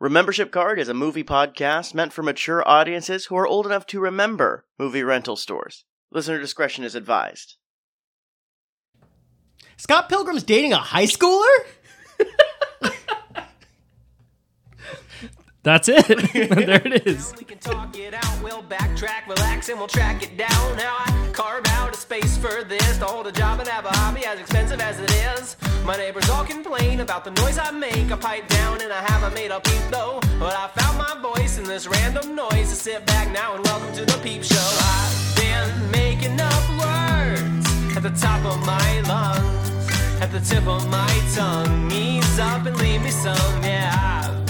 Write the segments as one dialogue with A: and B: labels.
A: Remembership Card is a movie podcast meant for mature audiences who are old enough to remember movie rental stores. Listener discretion is advised.
B: Scott Pilgrim's dating a high schooler?
C: That's it. there it is.
D: We can talk it out, we'll backtrack, relax, and we'll track it down. Now I carve out a space for this to hold a job and have a hobby as expensive as it is. My neighbors all complain about the noise I make. I pipe down and I haven't made a peep though. But I found my voice in this random noise. So sit back now and welcome to the peep show. I've been making up words at the top of my lungs, at the tip of my tongue. Ease up and leave me some. Yeah, I've been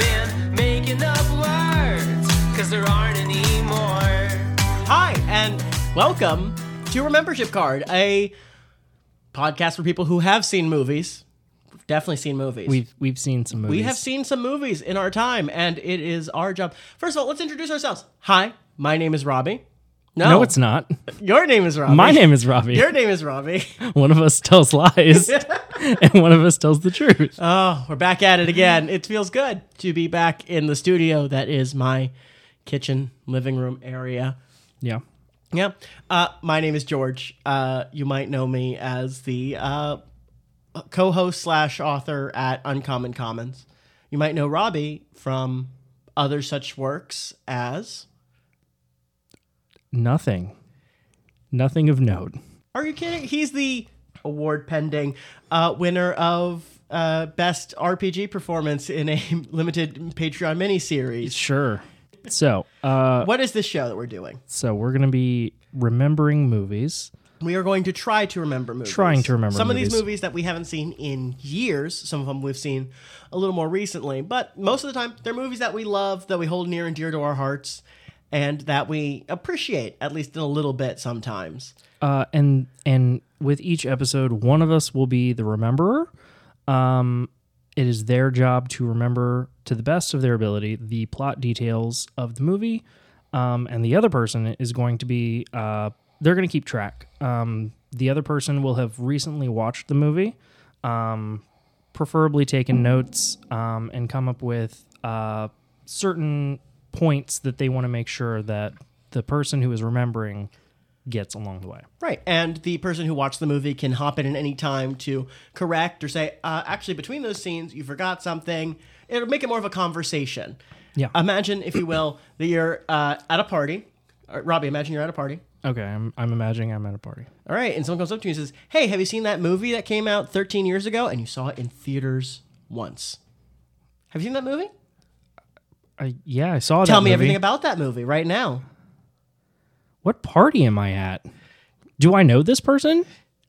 D: making up words, cause there aren't any more.
B: Hi, and welcome to Remembership Card, a podcast for people who have seen movies. We've definitely seen movies.
C: We've we've seen some movies.
B: We have seen some movies in our time, and it is our job. First of all, let's introduce ourselves. Hi, my name is Robbie.
C: No, it's not.
B: Your name is Robbie.
C: My name is Robbie.
B: Your name is Robbie.
C: One of us tells lies, and one of us tells the truth.
B: Oh, we're back at it again. It feels good to be back in the studio that is my kitchen, living room area.
C: yeah.
B: Yeah. Uh, my name is George. Uh, you might know me as the uh, co-host slash author at Uncommon Commons. You might know Robbie from other such works as.
C: Nothing. Nothing of note.
B: Are you kidding? He's the award pending uh, winner of uh, best RPG performance in a limited Patreon miniseries.
C: Sure. So, uh,
B: What is this show that we're doing?
C: so we're gonna be remembering movies.
B: We are going to try to remember movies.
C: Trying to remember
B: some of these
C: movies.
B: movies that we haven't seen in years. Some of them we've seen a little more recently, but most of the time they're movies that we love, that we hold near and dear to our hearts, and that we appreciate at least in a little bit sometimes.
C: uh, and and with each episode, one of us will be the rememberer. Um, it is their job to remember to the best of their ability the plot details of the movie, um, and the other person is going to be uh, they're going to keep track. Um, the other person will have recently watched the movie, um, preferably taken notes, um, and come up with uh, certain points that they want to make sure that the person who is remembering gets along the way.
B: Right, and the person who watched the movie can hop in at any time to correct or say, uh, actually, between those scenes, you forgot something. It'll make it more of a conversation.
C: Yeah.
B: Imagine, if you will, that you're uh, at a party. Uh, Robbie, imagine you're at a party.
C: Okay, I'm, I'm imagining I'm at a party.
B: All right, and someone comes up to you and says, "Hey, have you seen that movie that came out 13 years ago and you saw it in theaters once? Have you seen that movie?
C: I, yeah, I saw.
B: Tell
C: that
B: me
C: movie.
B: everything about that movie right now."
C: What party am I at? Do I know this person?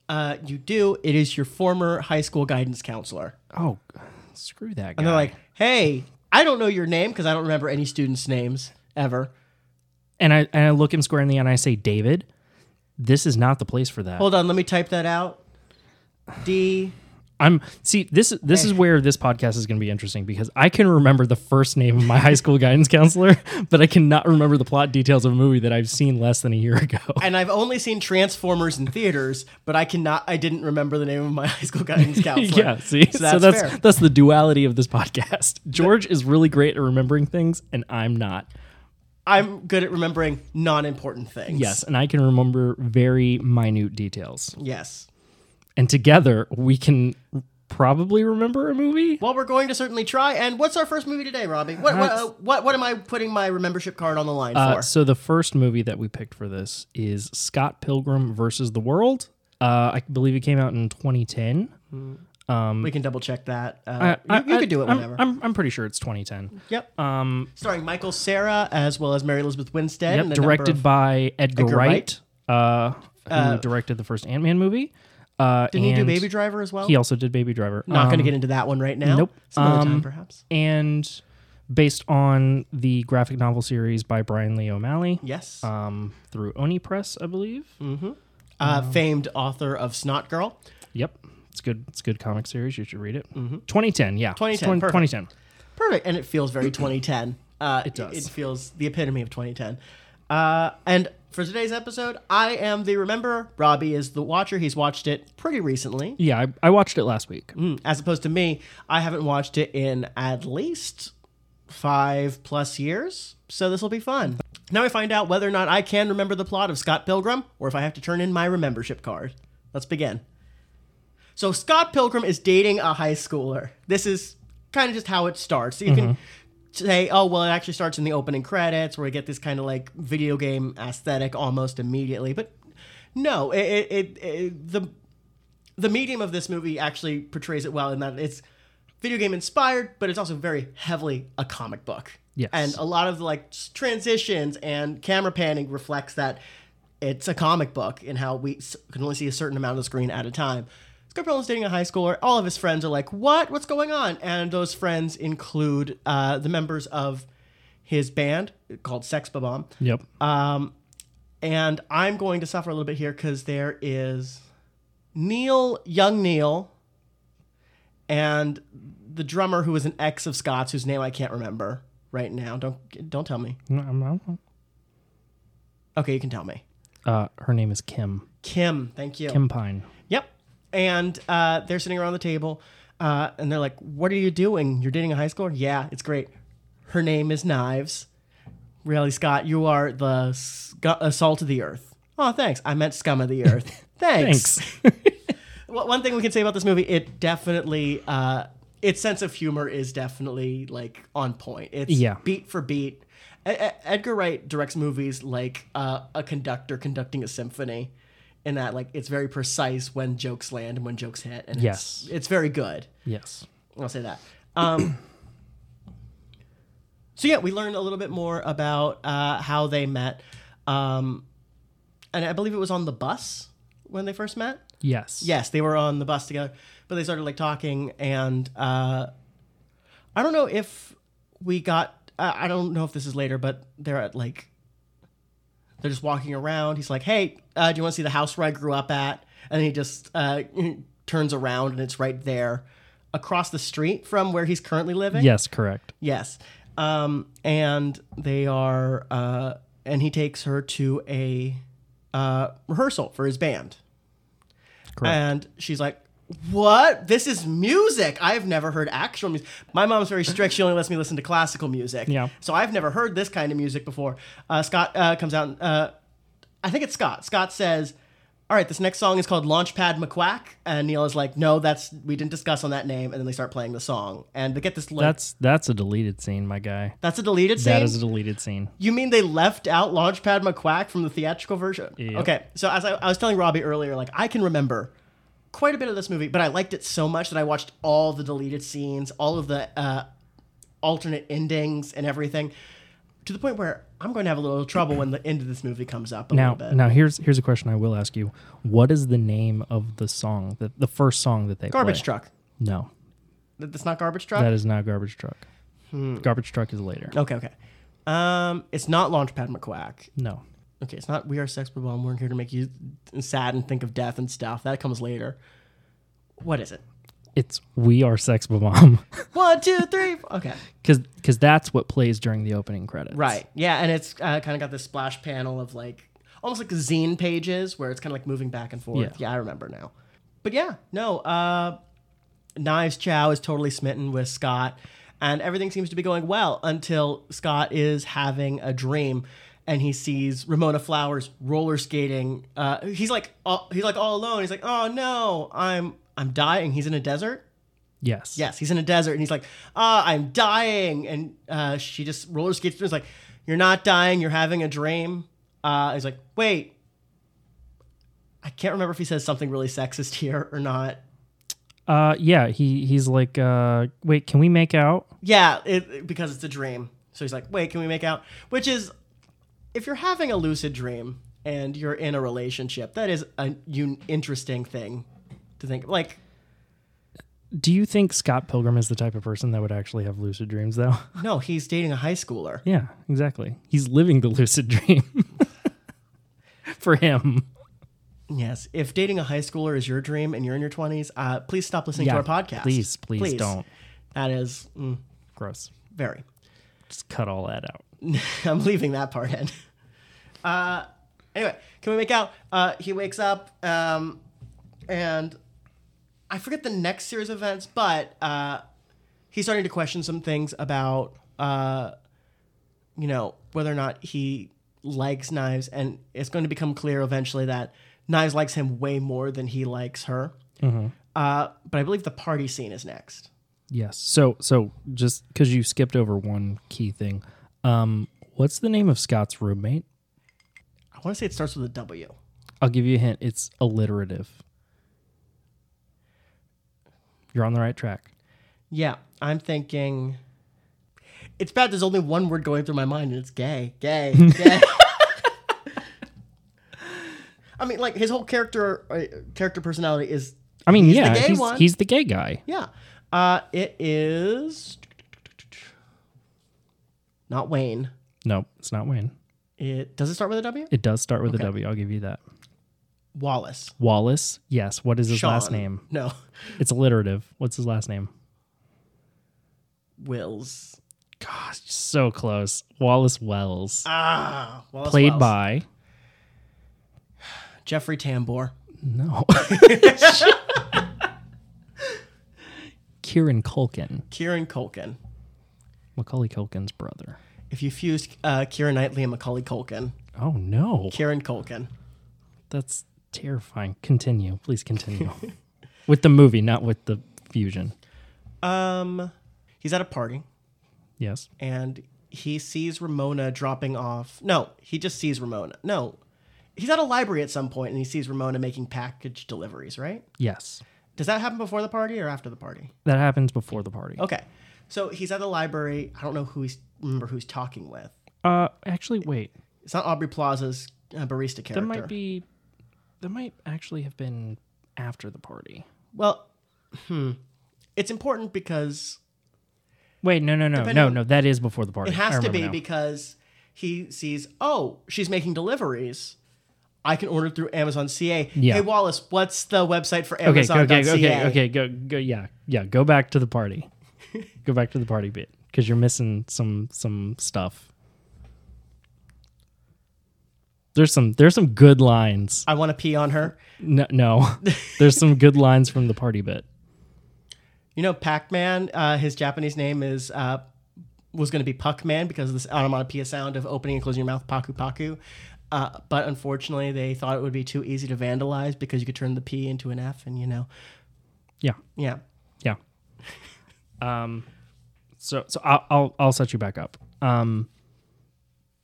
B: Uh, you do. It is your former high school guidance counselor.
C: Oh, screw that guy.
B: And they're like, "Hey, I don't know your name because I don't remember any students' names ever."
C: and I and I look him square in the eye and I say, David, this is not the place for that.
B: Hold on, let me type that out. D.
C: I'm see this this is where this podcast is going to be interesting because I can remember the first name of my high school guidance counselor, but I cannot remember the plot details of a movie that I've seen less than a year ago.
B: And I've only seen Transformers in theaters, but I cannot. I didn't remember the name of my high school guidance counselor.
C: yeah, see,
B: so that's,
C: that's
B: fair.
C: that's the duality of this podcast. George is really great at remembering things, and I'm not.
B: I'm good at remembering non-important things.
C: Yes, and I can remember very minute details.
B: Yes.
C: And together we can probably remember a movie.
B: Well, we're going to certainly try. And what's our first movie today, Robbie? What what, uh, what what am I putting my membership card on the line
C: Uh,
B: for?
C: so the first movie that we picked for this is Scott Pilgrim versus the World. Uh, I believe it came out in 2010.
B: we can double check that. Uh,
C: um, I- I-
B: you you
C: I-
B: could do it
C: I'm-
B: whenever.
C: I'm, I'm, pretty sure it's 2010.
B: yep. Um, Starring Michael Sarah as well as Mary Elizabeth Winstead.
C: Yep,
B: and a number
C: directed
B: of-
C: by Edgar,
B: Edgar
C: Wright, uh, who directed the first Ant Man movie. Uh,
B: Didn't he do
C: and
B: Baby Driver as well?
C: He also did Baby Driver.
B: Not going
C: Um,
B: to get into that one right now.
C: nope.
B: Some other time,
C: Um,
B: perhaps.
C: and based on the graphic novel series by Brian Lee O'Malley.
B: Yes.
C: Um, through Oni Press, I believe.
B: uh,
C: um,
B: famed author of Snot Girl.
C: Yep, it's good. It's a good comic series. You should read it. 2010, yeah,
B: 2010,
C: Twen-
B: Mm-hmm. perfect.
C: 2010.
B: Perfect, and it feels very 2010. Uh, it
C: does.
B: It feels the epitome of 2010. Uh, and for today's episode, I am the rememberer. Robbie is the watcher. He's watched it pretty recently,
C: Yeah,
B: Mm.
C: I, I watched it last week.
B: as opposed to me. I haven't watched it in at least five plus years, so this will be fun. Now I find out whether or not I can remember the plot of Scott Pilgrim or if I have to turn in my remembership card. Let's begin. So Scott Pilgrim is dating a high schooler. This is kind of just how it starts. You can say, oh, well, it actually starts in the opening credits where we get this kind of like video game aesthetic almost immediately. But no, it, it, it, it the the medium of this movie actually portrays it well in that it's video game inspired, but it's also very heavily a comic book.
C: Yes.
B: And a lot of like s- transitions and camera panning reflects that it's a comic book and how we s- can only see a certain amount of the screen at a time. Scott Pilgrim's dating a high schooler. All of his friends are like, "What? What's going on?" And those friends include uh, the members of his band called Sex Bomb.
C: Yep.
B: Uh, And I'm going to suffer a little bit here because there is Neil, young Neil, and the drummer who is an ex of Scott's, whose name I can't remember right now. Don't don't tell me.
C: No, I'm not-
B: Okay, you can tell me.
C: Uh, her name is Kim.
B: Kim, thank you.
C: Kim Pine.
B: Yep. And uh, they're sitting around the table, uh, and they're like, "What are you doing? You're dating a high schooler? Yeah, it's great. Her name is Knives. Really, Scott, you are the sc- uh, salt of the earth. Oh, thanks. I meant scum of the earth.
C: Thanks.
B: Well, one thing we can say about this movie, it definitely, uh, its sense of humor is definitely like on point. It's
C: Yeah.
B: beat for beat. E- E- Edgar Wright directs movies like uh, a conductor conducting a symphony, in that like it's very precise when jokes land and when jokes hit, and
C: Yes.
B: it's, it's very good.
C: Yes.
B: I'll say that. Um, so yeah, we learned a little bit more about uh, how they met, um, and I believe it was on the bus when they first met.
C: Yes.
B: Yes, they were on the bus together, but they started like talking, and uh, I don't know if we got. I I don't know if this is later, but they're at like they're just walking around. He's like, "Hey, uh, do you want to see the house where I grew up at?" And he just uh, turns around, and it's right there across the street from where he's currently living.
C: Yes. Correct.
B: Yes. Um, and they are, uh, and he takes her to a uh, rehearsal for his band.
C: Correct.
B: And she's like, What? This is music. I've never heard actual music. My mom's very strict. She only lets me listen to classical music.
C: Yeah.
B: So I've never heard this kind of music before. Uh, Scott uh, comes out, and, uh, I think it's Scott. Scott says, all right, this next song is called Launchpad McQuack, and Neil is like, "No, that's we didn't discuss on that name." And then they start playing the song, and they get this. Like,
C: That's that's a deleted scene, my guy.
B: that's a deleted scene.
C: That is a deleted scene.
B: You mean they left out Launchpad McQuack from the theatrical version?
C: Yep.
B: Okay, so as I, I was telling Robbie earlier, like I can remember quite a bit of this movie, but I liked it so much that I watched all the deleted scenes, all of the uh, alternate endings, and everything, to the point where I'm going to have a little trouble when the end of this movie comes up a
C: Now,
B: little bit.
C: now here's here's a question I will ask you. What is the name of the song that the first song that they
B: Garbage
C: play?
B: truck.
C: No,
B: Th- That's not garbage truck.
C: that is not garbage truck.
B: Hmm.
C: Garbage truck is later.
B: okay, okay. Um, it's not Launchpad McQuack.
C: No,
B: Okay, it's not we are sex bomb. We're here to make you sad and think of death and stuff. That comes later. What is it?
C: it's we are sex bomb
B: One, two, three. four. Okay.
C: because because that's what plays during the opening credits.
B: Right. Yeah, and it's uh, kind of got this splash panel of like almost like zine pages where it's kind of like moving back and forth.
C: Yeah.
B: Yeah. I remember now. But yeah, no. Uh, Knives Chow is totally smitten with Scott, and everything seems to be going well until Scott is having a dream. And he sees Ramona Flowers roller skating. Uh, he's like, all, he's like all alone. He's like, oh no, I'm, I'm dying. He's in a desert.
C: Yes.
B: Yes, he's in a desert and he's like, ah, I'm dying. And uh, she just roller skates through and is like, You're not dying, you're having a dream. Uh, he's like, Wait. I can't remember if he says something really sexist here or not.
C: Uh. Yeah. He he's like. Uh. Wait. Can we make out?
B: Yeah, it, because it's a dream. So he's like, Wait, can we make out? Which is, if you're having a lucid dream and you're in a relationship, that is an un- interesting thing to think. Like,
C: Do you think Scott Pilgrim is the type of person that would actually have lucid dreams though?
B: no, he's dating a high schooler.
C: Yeah, exactly. He's living the lucid dream for him.
B: Yes. If dating a high schooler is your dream and you're in your 20s, uh, please stop listening
C: Yeah,
B: to our podcast.
C: please, please don't.
B: That is mm,
C: Gross.
B: very.
C: Just cut all that out.
B: I'm leaving that part in. Uh, anyway, can we make out? Uh, he wakes up, um, and I forget the next series of events, but uh, he's starting to question some things about uh, you know, whether or not he likes knives, and it's going to become clear eventually that knives likes him way more than he likes her. Uh, but I believe the party scene is next.
C: Yes. So so just because you skipped over one key thing, um, what's the name of Scott's roommate?
B: I want to say it starts with a W.
C: I'll give you a hint. It's alliterative. You're on the right track.
B: Yeah, I'm thinking. It's bad. There's only one word going through my mind, and it's gay, gay, gay. I mean, like his whole character uh, character personality is
C: I mean, yeah,
B: gay
C: he's,
B: one.
C: he's the gay guy.
B: yeah. Uh, it is not Wayne.
C: No, it's not Wayne.
B: It does it start with a W?
C: It does start with a W. I'll give you that.
B: Wallace.
C: Wallace. Yes. What is his last
B: Sean.
C: name?
B: No,
C: It's alliterative. What's his last name?
B: Wills.
C: Gosh, so close. Wallace Wells,
B: Ah, Wallace
C: played
B: Wells.
C: by
B: Jeffrey Tambor.
C: no. Kieran Culkin,
B: Kieran Culkin.
C: Macaulay Culkin's brother.
B: If you fused uh, Kieran Knightley and Macaulay Culkin,
C: Oh no,
B: Kieran Culkin.
C: that's terrifying. Continue, please continue. with the movie, not with the fusion.
B: Um, he's at a party
C: Yes.
B: and he sees Ramona dropping off. No, he just sees Ramona. No, he's at a library at some point and he sees Ramona making package deliveries. Right?
C: Yes.
B: Does that happen before the party or after the party?
C: That happens before the party.
B: Okay, so he's at the library. I don't know who he's remember who's talking with.
C: Uh, actually, wait.
B: It's not Aubrey Plaza's uh, barista character.
C: That might be. That might actually have been after the party.
B: Well, hmm. It's important because
C: Wait, no, no, no,
B: Depending
C: no,
B: on-
C: no. That is before the party.
B: It
C: I
B: has to
C: remember
B: be
C: now.
B: because he sees, oh, she's making deliveries. I can order through Amazon CA.
C: Yeah.
B: Hey Wallace, what's the website for
C: okay,
B: Amazon?
C: okay, okay, okay. Go, go. Yeah, yeah. Go back to the party. go back to the party bit because you're missing some some stuff. There's some there's some good lines.
B: I want to pee on her.
C: No, no. there's some good lines from the party bit.
B: You know, Pac Man. Uh, his Japanese name is uh, was going to be Puck Man because of this onomatopoeia sound of opening and closing your mouth, paku paku. Uh, but unfortunately, they thought it would be too easy to vandalize because you could turn the P into an F, and you know,
C: Yeah.
B: yeah.
C: Yeah. Um, so so I'll, I'll I'll set you back up. Um,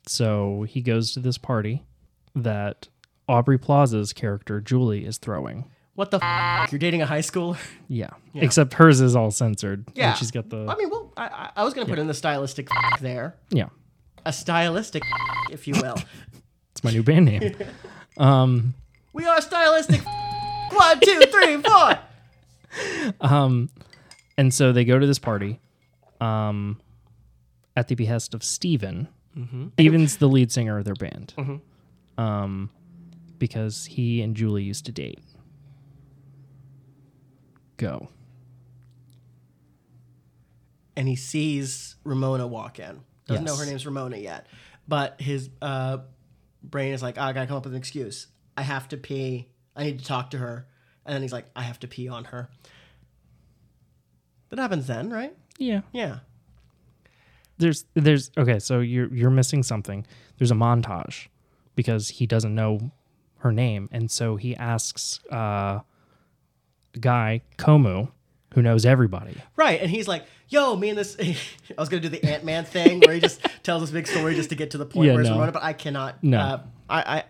C: so he goes to this party that Aubrey Plaza's character Julie is throwing.
B: What the? F- you're dating a high schooler?
C: Yeah. Except hers is all censored. and
B: Yeah.
C: she's got the
B: I mean, well, I, I- I was going to put in the stylistic f- there.
C: yeah.
B: a stylistic, if you will.
C: It's my new band name.
B: We are stylistic. One, two, three, four.
C: and so they go to this party, um, at the behest of Steven.
B: Mm-hmm.
C: Steven's the lead singer of their band. Um, because he and Julie used to date. Go.
B: And he sees Ramona walk in. Doesn't know
C: Yes.
B: her name's Ramona yet, but his uh, brain is like, "Ah, I gotta come up with an excuse. I have to pee. I need to talk to her. And then he's like, I have to pee on her. That happens then, right?
C: Yeah.
B: Yeah.
C: There's there's okay, so you're you're missing something. There's a montage because he doesn't know her name, and so he asks uh a guy, Komu, who knows everybody.
B: Right. And he's like, yo, me and this. I was going to do the Ant Man thing where he just tells this big story just to get to the point
C: Yeah,
B: where it's
C: no.
B: Ramona, but I cannot.
C: No.
B: Uh, I, I,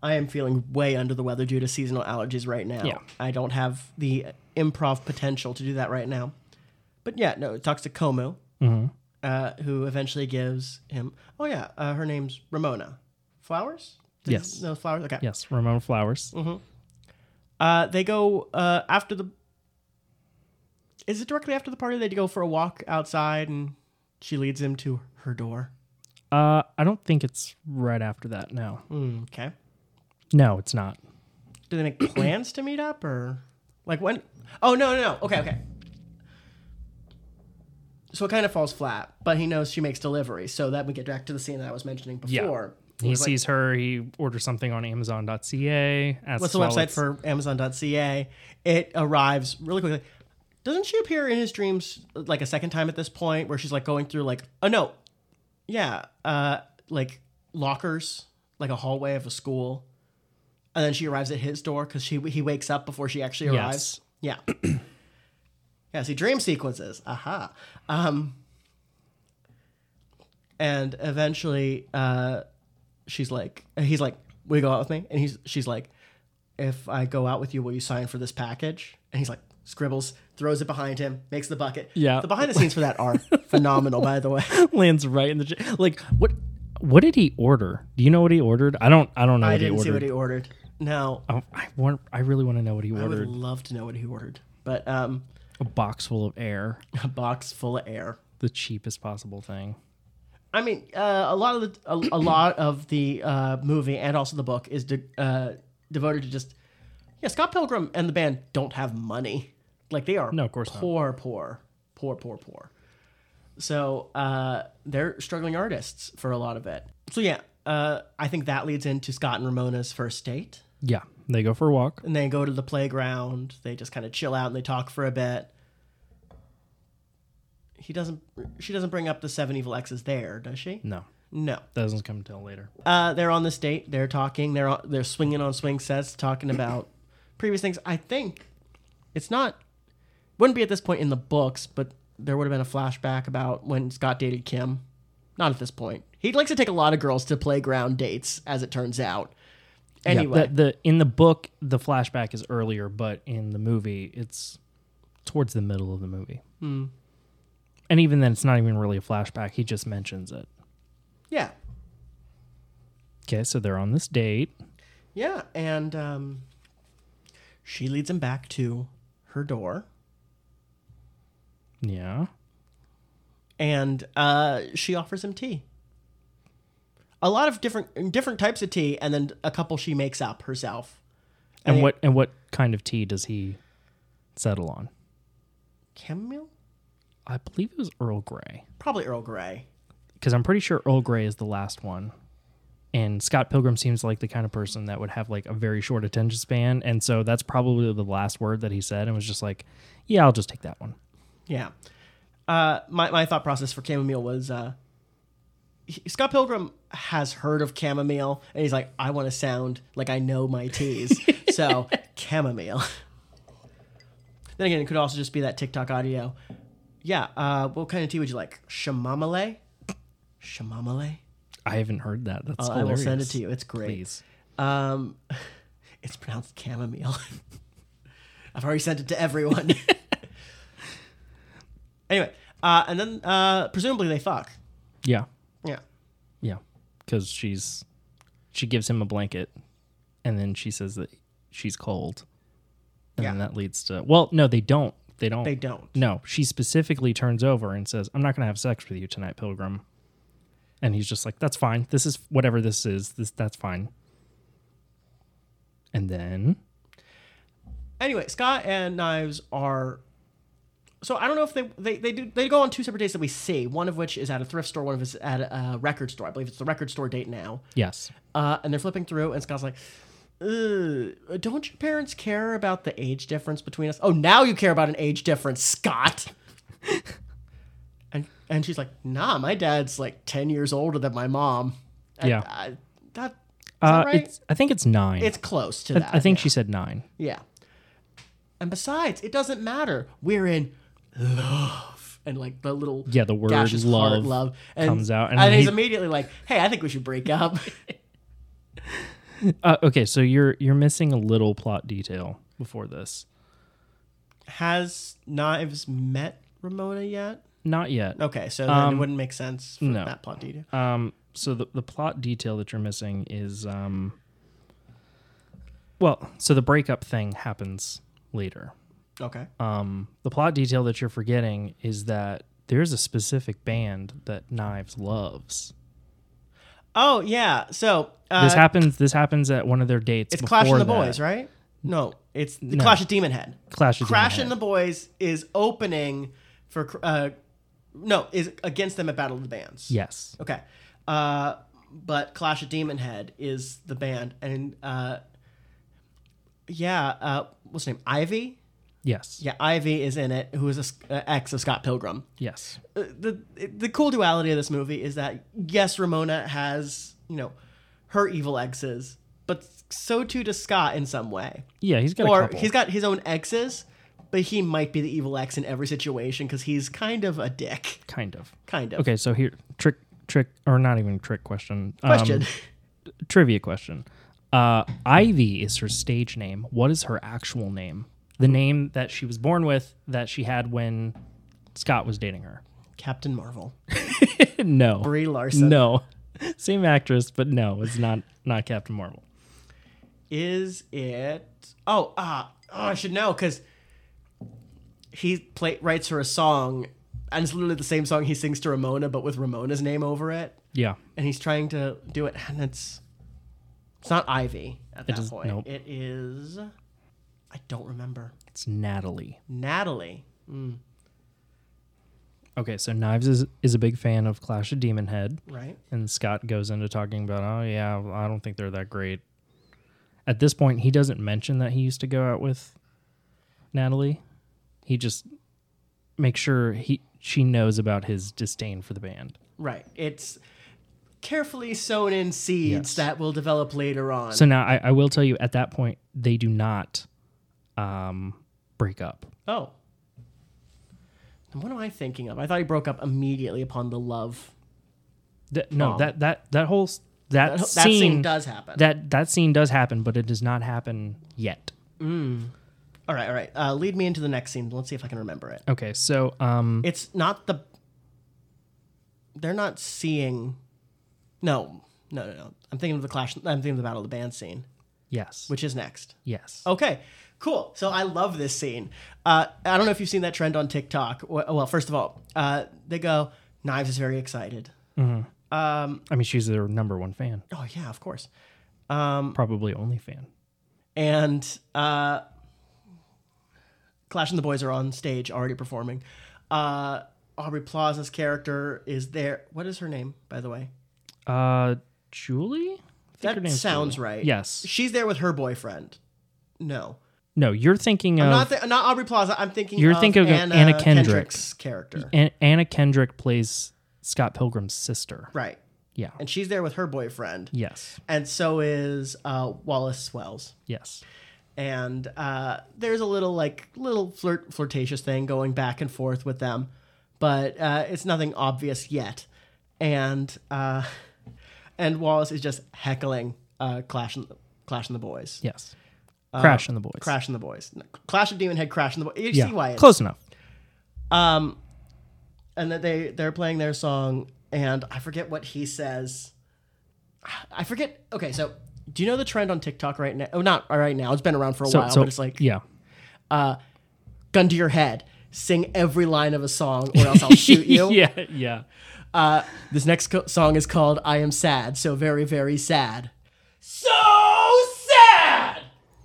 B: I am feeling way under the weather due to seasonal allergies right now.
C: Yeah.
B: I don't have the improv potential to do that right now. But yeah, no, it talks to Komu,
C: Mm-hmm.
B: uh, who eventually gives him, oh, yeah, uh, her name's Ramona. Flowers? Did-
C: Yes.
B: No, flowers? Okay.
C: Yes, Ramona Flowers.
B: Mm-hmm. Uh, they go uh, after the. Is it directly after the party? They go for a walk outside, and she leads him to her door.
C: Uh, I don't think it's right after that. No,
B: Mm, okay.
C: no, it's not.
B: Do they make plans to meet up, or like when? Oh no, no, no. Okay, okay. So it kind of falls flat, but he knows she makes delivery, so that we get back to the scene that I was mentioning
C: Yeah.
B: before.
C: He
B: Where's, like,
C: sees her. He orders something on Amazon.ca. asks
B: What's the
C: while
B: website
C: it's-
B: for Amazon.ca? It arrives really quickly. Doesn't she appear in his dreams like a second time at this point where she's like going through like oh no. Yeah, uh like lockers, like a hallway of a school. And then she arrives at his door cuz she he wakes up before she actually arrives. Yeah. yeah, see dream sequences. Aha. Um and eventually uh she's like he's like will you go out with me and he's she's like if i go out with you will you sign for this package and he's like scribbles throws it behind him makes the bucket
C: Yeah.
B: the behind the scenes for that are phenomenal by the way
C: Lands right in the j- like what what did he order? Do you know what he ordered? I don't I don't know
B: i
C: what
B: didn't
C: he
B: see what
C: ordered.
B: he ordered no
C: I, I want I really want to know what he
B: i would
C: ordered.
B: love to know what he ordered but um
C: A box full of air.
B: a box full of air
C: The cheapest possible thing.
B: I mean, uh, a lot of the a, a lot of the uh, movie and also the book is de- uh, devoted to just yeah. Scott Pilgrim and the band don't have money, like they are
C: No, of course not.
B: poor, poor, poor, poor, poor. So uh, they're struggling artists for a lot of it. So yeah, uh, I think that leads into Scott and Ramona's first date,
C: Yeah. They go for a walk.
B: and they go to the playground. They just kind of chill out and they talk for a bit. He doesn't. She doesn't bring up the seven evil exes there, does she?
C: No.
B: No.
C: That doesn't come until later.
B: Uh, they're on this date. They're talking. They're on, they're swinging on swing sets, talking about previous things. I think it's not wouldn't be at this point in the books, but there would have been a flashback about when Scott dated Kim. Not at this point. He likes to take a lot of girls to playground dates, as it turns out.
C: Yeah,
B: Anyway,
C: the, the in the book the flashback is earlier, but in the movie it's towards the middle of the movie. And even then, it's not even really a flashback. He just mentions it.
B: yeah,
C: Okay, so they're on this date.
B: yeah, and um, she leads him back to her door.
C: Yeah.
B: and uh, she offers him tea. A lot of different different types of tea, and then a couple she makes up herself.
C: And
B: it-
C: what and what kind of tea does he settle on?
B: Chamomile,
C: I believe it was Earl Grey,
B: probably Earl Grey.
C: because I'm pretty sure Earl Grey is the last one. And Scott Pilgrim seems like the kind of person that would have like a very short attention span, and so that's probably the last word that he said, and was just like, "Yeah, I'll just take that one."
B: Yeah. Uh, my my thought process for chamomile was uh, he- Scott Pilgrim has heard of chamomile, and he's like, I want to sound like I know my teas, so chamomile. then again, it could also just be that TikTok audio. Yeah. Uh, what kind of tea would you like? Chamomile. Chamomile.
C: I haven't heard that. That's
B: Uh, I will
C: hilarious.
B: send it to you. It's great.
C: Please.
B: Um, it's pronounced chamomile. I've already sent it to everyone. anyway, uh, and then uh, presumably they fuck.
C: Yeah.
B: Yeah.
C: Yeah. Because she's she gives him a blanket, and then she says that she's cold, and then
B: Yeah.
C: that leads to well, no, they don't. They don't.
B: They don't.
C: No, she specifically turns over and says, "I'm not going to have sex with you tonight, Pilgrim." And he's just like, "That's fine. This is whatever this is. This that's fine." And then
B: Anyway, Scott and Knives are. So I don't know if they, they they do they go on two separate dates that we see. One of which is at a thrift store. One of is at a, a record store. I believe it's the record store date now.
C: yes,
B: Uh, and they're flipping through, and Scott's like, "Ugh, "Don't your parents care about the age difference between us? Oh, now you care about an age difference, Scott." and and she's like, "Nah, my dad's like ten years older than my mom." I-
C: Yeah.
B: I- that Uh, is
C: uh,
B: that right?
C: it's I think it's nine.
B: It's close to that.
C: I think she said nine.
B: yeah. And besides, it doesn't matter. We're in love, and like the little
C: Yeah, the word
B: gaseous heart
C: love
B: love and,
C: comes out, and
B: and, he's
C: he-
B: immediately like, "Hey, I think we should break up."
C: Uh, okay, so you're you're missing a little plot detail before this.
B: has Knives met Ramona yet?
C: Not yet.
B: Okay, so then it wouldn't make sense for
C: Um, no.
B: that plot detail.
C: Um, so the, the plot detail that you're missing is um, well, so the breakup thing happens later.
B: okay.
C: Um, the plot detail that you're forgetting is that there's a specific band that Knives loves.
B: oh yeah. So uh,
C: This happens. This happens at one of their dates.
B: it's Clash of the
C: before that.
B: Boys, right? No, it's the Clash of Demon Head.
C: Clash of
B: Crash
C: Demon
B: and the Boys is opening for cr- uh, no is against them at Battle of the Bands.
C: Yes.
B: Okay. Uh, but Clash of Demon Head is the band, and uh, yeah, uh, what's her name? Ivy.
C: Yes.
B: Yeah, Ivy is in it, who is a s- uh, ex of Scott Pilgrim.
C: Yes.
B: Uh, The the cool duality of this movie is that yes, Ramona has you know her evil exes, but so too does Scott in some way,
C: Yeah, he's got a
B: or
C: couple.
B: he's got his own exes, but he might be the evil ex in every situation because he's kind of a dick,
C: kind of.
B: kind of.
C: Okay, so here trick trick or not even trick question. um,
B: Question.
C: trivia question. Uh, Ivy is her stage name. What is her actual name? The name that she was born with that she had when Scott was dating her.
B: Captain Marvel,
C: no.
B: Brie Larson.
C: No. Same actress, but no, it's not not Captain Marvel.
B: Is it? Oh, ah, oh, I should know because he play, writes her a song, and it's literally the same song he sings to Ramona, but with Ramona's name over it,
C: Yeah.
B: and he's trying to do it, and it's it's not Ivy at that
C: is-
B: point.
C: nope.
B: It is. I don't remember.
C: It's Natalie.
B: Natalie.
C: Okay, so Knives is, is a big fan of Clash of Demon Head.
B: Right.
C: And Scott goes into talking about, oh, yeah, well, I don't think they're that great. At this point, he doesn't mention that he used to go out with Natalie. He just makes sure he she knows about his disdain for the band.
B: Right. It's carefully sown in seeds
C: Yes.
B: that will develop later on.
C: So now I, I will tell you at that point, they do not um, break up.
B: Oh. And what am I thinking of? I thought he broke up immediately upon the love.
C: Th- no,
B: Oh.
C: that, that, that whole s- that,
B: That, that
C: scene,
B: scene, does happen.
C: That, that scene does happen, but it does not happen yet.
B: all right, all right. Uh, lead me into the next scene. Let's see if I can remember it.
C: Okay, so um,
B: It's not the. They're not seeing. No, no, no, no. I'm thinking of the clash. I'm thinking of the battle of the band scene,
C: yes,
B: which is next.
C: yes.
B: Okay, cool. So I love this scene. Uh, I don't know if you've seen that trend on TikTok. Wh- Well, first of all, uh, they go, "Knives is very excited."
C: I mean, she's their number one fan,
B: Oh yeah, of course.
C: probably only fan.
B: and uh, Clash and the Boys are on stage already performing. Uh, Aubrey Plaza's character is there. What is her name, by the way?
C: Uh, Julie. I think her
B: That
C: name's
B: sounds
C: Julie.
B: right.
C: Yes.
B: she's there with her boyfriend. No,
C: No, you're thinking of
B: not the, not Aubrey Plaza. I'm thinking
C: You're
B: of
C: thinking of
B: Anna,
C: Anna Kendrick.
B: Kendrick's character,
C: An- Anna Kendrick plays Scott Pilgrim's sister.
B: right?
C: Yeah.
B: And she's there with her boyfriend,
C: Yes.
B: and so is uh, Wallace Swells.
C: Yes.
B: and uh, there's a little like little flirt flirtatious thing going back and forth with them, but uh, it's nothing obvious yet. And uh, and Wallace is just heckling uh, Clash and Clash and the Boys,
C: Yes.
B: Uh,
C: Crash and the boys.
B: Clash and the Boys, No, Clash of Demon Head, Crash and the Boys. You
C: Yeah.
B: see why? It's,
C: Close enough.
B: and that they they're playing their song, and I forget what he says. I forget. Okay, so do you know the trend on TikTok right now? Oh, not right now. It's been around for a
C: So,
B: while,
C: so
B: but it's like
C: yeah.
B: gun to your head, sing every line of a song, or else I'll shoot you.
C: yeah. Yeah.
B: This next co- song is called I Am Sad, so very, very sad. So sad!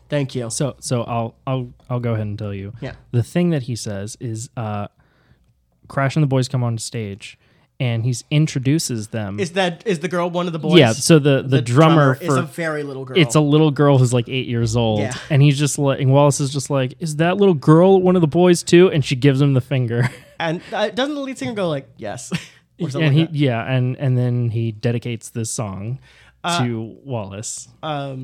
B: Thank you.
C: So so I'll I'll I'll go ahead and tell you.
B: Yeah.
C: The thing that he says is, uh, Crash and the boys come on stage, and he introduces them.
B: Is that is the girl one of the boys?
C: Yeah, so the- the drummer
B: is
C: for-
B: a very little girl.
C: it's a little girl who's like eight years old,
B: Yeah.
C: and he's just like, and Wallace is just like, is that little girl one of the boys too? And she gives him the finger,
B: and uh, doesn't the lead singer go like yes? Or something
C: and he,
B: like that.
C: yeah, and and then he dedicates this song to Wallace.
B: I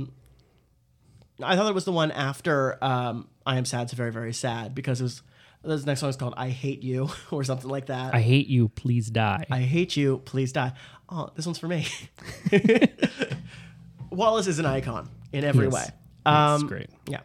B: thought it was the one after um, I Am Sad, so very, very sad because it was. This next song is called "I Hate You" or something like that.
C: I hate you, please die.
B: I hate you, please die. Oh, this one's for me. Wallace is an icon in every
C: Yes.
B: way.
C: That's great.
B: Yeah.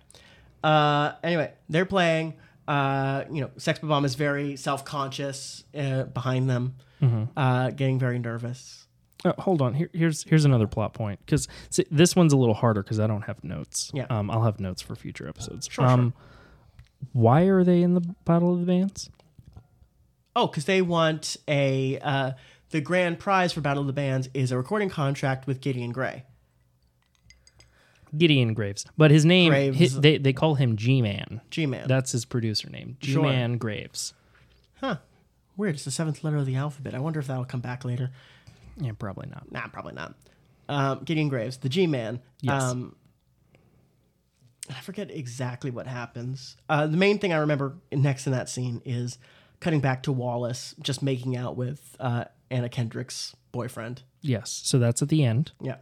B: Uh, anyway, they're playing. Uh, you know, Sex Bomb is very self-conscious uh, behind them,
C: Mm-hmm.
B: uh, getting very nervous.
C: Uh, hold on. Here, here's here's another plot point because this one's a little harder because I don't have notes.
B: Yeah.
C: Um, I'll have notes for future episodes. Sure, um, Why are they in the Battle of the Bands?
B: Oh, because they want a uh, the grand prize for Battle of the Bands is a recording contract with Gideon Gray.
C: Gideon Graves, but his name
B: Graves.
C: hi- they they call him G Man.
B: G-Man.
C: That's his producer name, G Man Graves.
B: Weird. It's the seventh letter of the alphabet. I wonder if that'll come back later.
C: Yeah, probably not.
B: Nah, probably not. Um, Gideon Graves, the G Man.
C: Yes.
B: Um, I forget exactly what happens. Uh, the main thing I remember next in that scene is cutting back to Wallace just making out with uh, Anna Kendrick's boyfriend.
C: Yes. So that's at the end.
B: Yeah.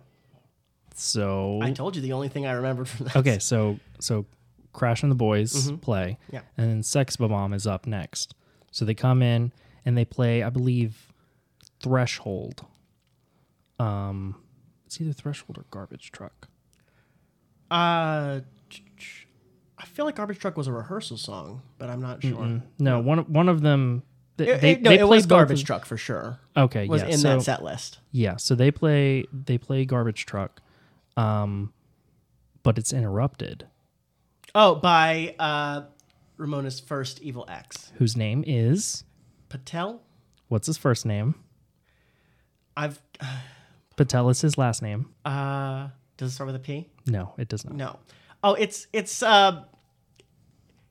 C: So
B: I told you the only thing I remember from that.
C: okay. So so Crash and the Boys play.
B: Mm-hmm. Yeah.
C: And then Sex Bomb is up next. So they come in and they play, I believe, Threshold. Um, it's either Threshold or Garbage Truck.
B: Uh, ch- ch- I feel like Garbage Truck was a rehearsal song, but I'm not sure.
C: No, one of- one of them. They,
B: It,
C: they,
B: it- Uh, no,
C: they
B: it
C: played
B: was
C: both
B: Garbage
C: of-
B: Truck for sure.
C: Okay,
B: Was
C: yeah.
B: in
C: so,
B: that set list.
C: Yeah, so they play they play Garbage Truck, um, but it's interrupted.
B: Oh, by uh, Ramona's first evil ex,
C: Whose name is
B: Patel.
C: what's his first name?
B: I've
C: Patel is his last name.
B: uh, does it start with a P?
C: No, it does not.
B: No. Oh, it's it's uh,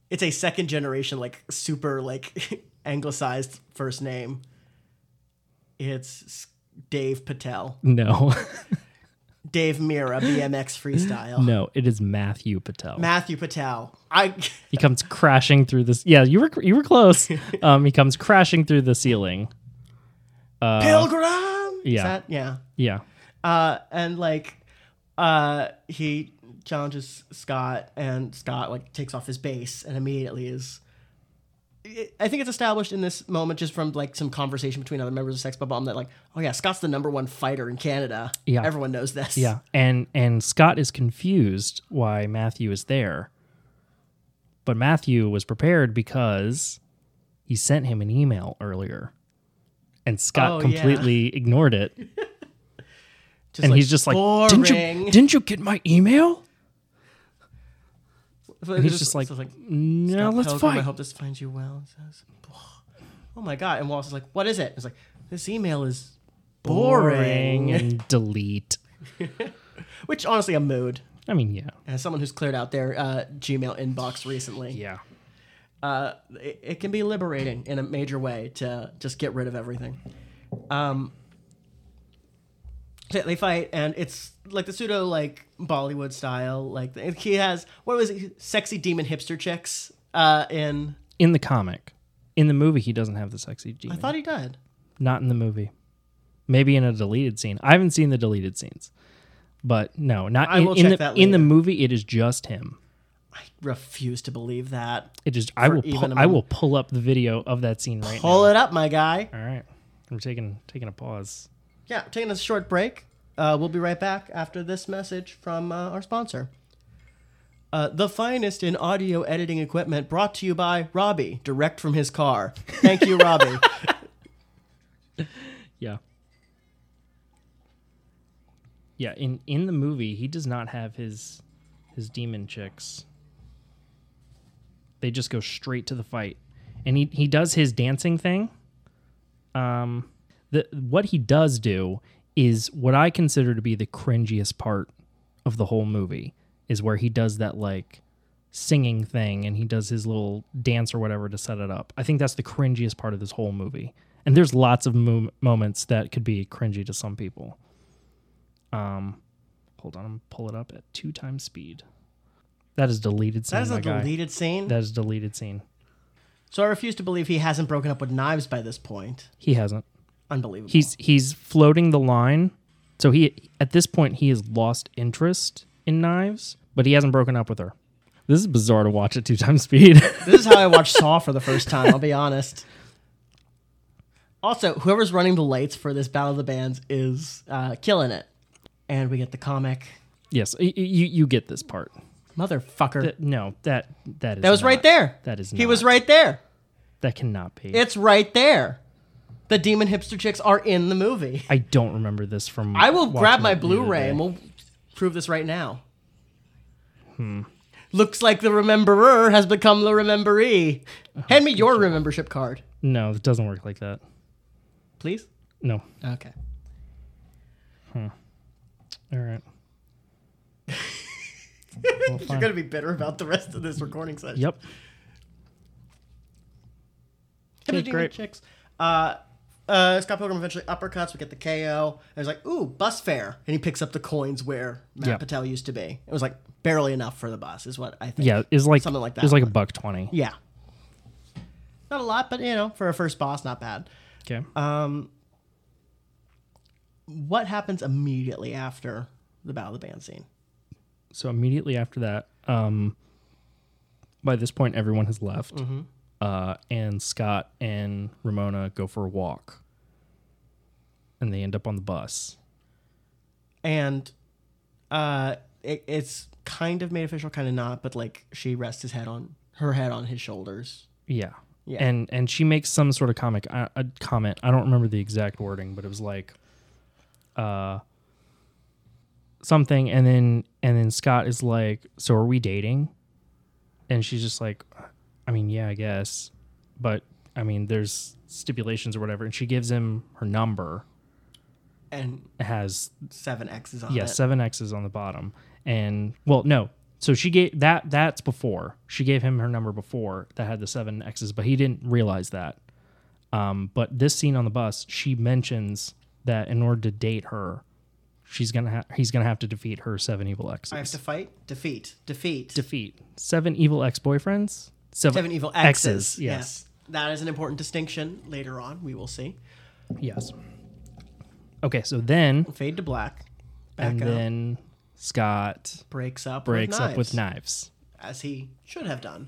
B: it's a second generation like super like anglicized first name. It's Dave Patel,
C: No,
B: Dave Mira, BMX freestyle.
C: no, it is Matthew Patel.
B: Matthew Patel. I
C: he comes crashing through this. Yeah, you were you were close. um, he comes crashing through the ceiling.
B: Pilgrim. Is
C: Uh, yeah.
B: that- yeah.
C: Yeah,
B: Uh, and like, uh, he challenges Scott, and Scott like takes off his base and immediately is. I think it's established in this moment just from like some conversation between other members of Sex Bomb that like, oh yeah, Scott's the number one fighter in Canada.
C: Yeah.
B: everyone knows this.
C: yeah, and and Scott is confused why Matthew is there, but Matthew was prepared because he sent him an email earlier, and Scott
B: Oh, yeah.
C: completely ignored it.
B: Just
C: and he's just like,
B: boring.
C: didn't you, didn't you get my email? And he's just like, no,
B: "Scott
C: let's
B: Pilgrim, I
C: fight.
B: hope this finds you well. It says, oh my god! And Wallace is like, what is it? It's like this email is boring.
C: and delete.
B: Which honestly, a mood.
C: I mean, yeah,
B: as uh, someone who's cleared out their uh, Gmail inbox recently,
C: yeah,
B: uh, it, it can be liberating in a major way to just get rid of everything. Um, they- they fight, and it's like the pseudo like Bollywood style. Like and he has what was it, sexy demon hipster chicks uh, in?
C: in the comic, in the movie, he doesn't have the sexy
B: I
C: demon.
B: thought he did.
C: Not in the movie. Maybe in a deleted scene. I haven't seen the deleted scenes, but no, not
B: I
C: in,
B: will
C: in
B: check
C: the
B: that
C: in the
B: later.
C: movie. It is just him.
B: I refuse to believe that.
C: It is. I will.
B: even
C: Pull,
B: a
C: I will pull up the video of that scene right
B: Pull it up, my guy.
C: now. All right, we're taking taking a pause.
B: Yeah, we're taking a short break. Uh, we'll be right back after this message from uh, our sponsor. Uh, the finest in audio editing equipment brought to you by Robbie, direct from his car. Thank you, Robbie.
C: Yeah. Yeah, in in the movie, he does not have his his demon chicks. They just go straight to the fight. And he he does his dancing thing. Um the what he does do is what I consider to be the cringiest part of the whole movie is where he does that like singing thing and he does his little dance or whatever to set it up. I think that's the cringiest part of this whole movie. And there's lots of mo- moments that could be cringy to some people. Um, hold on, I'm gonna pull it up at two times speed. That is deleted scene.
B: That is
C: Oh my
B: a
C: guy.
B: deleted scene.
C: That is deleted scene.
B: so I refuse to believe he hasn't broken up with knives by this point.
C: He hasn't.
B: Unbelievable.
C: He's he's floating the line. So he at this point he has lost interest in knives, but he hasn't broken up with her. This is bizarre to watch at two times speed.
B: this is how I watched Saw for the first time, I'll be honest. Also, whoever's running the lights for this Battle of the Bands is uh, killing it. And we get the comic.
C: yes, y- y- you you get this part.
B: Motherfucker.
C: Th- no, that that is
B: That was
C: not-
B: right there.
C: That is
B: He was
C: not.
B: right there.
C: That cannot be.
B: It's right there. The demon hipster chicks are in the movie.
C: I don't remember this from.
B: I will grab
C: watching
B: my
C: it the other
B: Blu-ray
C: day.
B: and we'll prove this right now. Hmm. Looks like the rememberer has become the rememberee. Hand me your remembership card,
C: No, it doesn't work like that.
B: please.
C: No.
B: Okay.
C: All right.
B: You're gonna be bitter about the rest of this recording session.
C: Yep.
B: Hey,
C: great.
B: Chicks. Uh, uh, Scott Pilgrim eventually uppercuts. We get the KO. And he's like, ooh, bus fare. And he picks up the coins where Matt
C: Yeah.
B: Patel used to be. It was like barely enough for the bus, is what I think.
C: Yeah, it's like
B: Something like that.
C: It's like a buck twenty.
B: Yeah. Not a lot, but you know, for a first boss, not bad.
C: Okay.
B: What happens immediately after the Battle of the Band scene?
C: so immediately after that, um, by this point everyone has left, uh, and Scott and Ramona go for a walk, and they end up on the bus.
B: And uh, it, it's kind of made official, kind of not, but like she rests his head on her head on his shoulders.
C: Yeah.
B: Yeah.
C: And and she makes some sort of comic uh, a comment. I don't remember the exact wording, but it was like, uh, something. And then and then Scott is like, "So are we dating?" And she's just like, "I mean, yeah, I guess, but I mean, there's stipulations or whatever." And she gives him her number.
B: And
C: It has
B: seven X's on
C: yeah
B: it.
C: seven X's on the bottom, and well, no. So she gave that. That's before she gave him her number before that had the seven X's, but he didn't realize that. Um, but this scene on the bus, she mentions that in order to date her, she's gonna ha- he's gonna have to defeat her seven evil exes.
B: I have to fight, defeat, defeat,
C: defeat seven evil ex boyfriends. Seven,
B: seven evil X's.
C: Yes.
B: That is an important distinction later on. We will see.
C: Yes. Okay. So then
B: Fade to black. Back
C: and
B: up.
C: then Scott
B: breaks up.
C: breaks up with
B: knives,
C: knives,
B: as he should have done.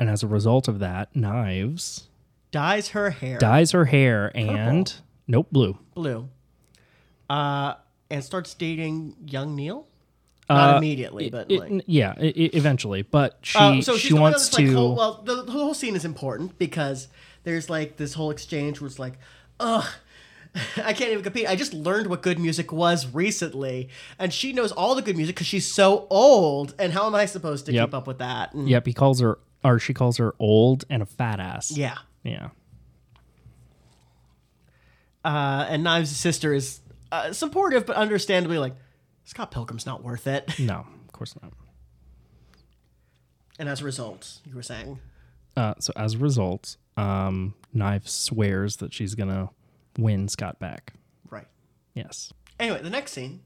C: and as a result of that, knives.
B: Dyes her hair
C: dyes her hair and nope blue
B: blue, uh, and starts dating young Neil. Not immediately, but
C: Uh, It-
B: like.
C: n- yeah i i- eventually but she
B: Uh, so she's
C: she
B: the one
C: wants
B: that's,
C: to
B: Like, whole, well, the, the whole scene is important because there's like this whole exchange where it's like, ugh, I can't even compete. I just learned what good music was recently, and she knows all the good music because she's so old. And how am I supposed to
C: Yep.
B: keep up with that? And,
C: yep he calls her or she calls her old and a fat ass
B: Yeah.
C: yeah
B: Uh, and Knives' sister is uh, supportive, but understandably like, Scott Pilgrim's not worth it.
C: no of course not
B: And as a result, you were saying,
C: uh, so as a result um knife swears that she's gonna win scott back
B: right.
C: yes
B: Anyway, the next scene.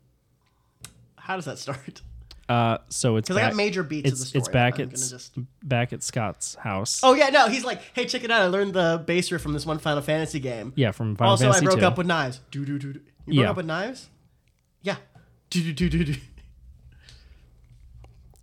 B: How does that start?
C: uh so it's
B: Because I
C: back,
B: got major beats
C: it's,
B: of the story.
C: it's back
B: I'm
C: at
B: gonna
C: s- back at scott's house
B: Oh yeah, no, he's like, hey, check it out. I learned the bass riff from this one Final Fantasy game.
C: yeah from Final
B: also,
C: Fantasy
B: I broke
C: II.
B: up with knives. Do do do. do. You broke
C: Yeah.
B: up with knives? Yeah. Do do do do do.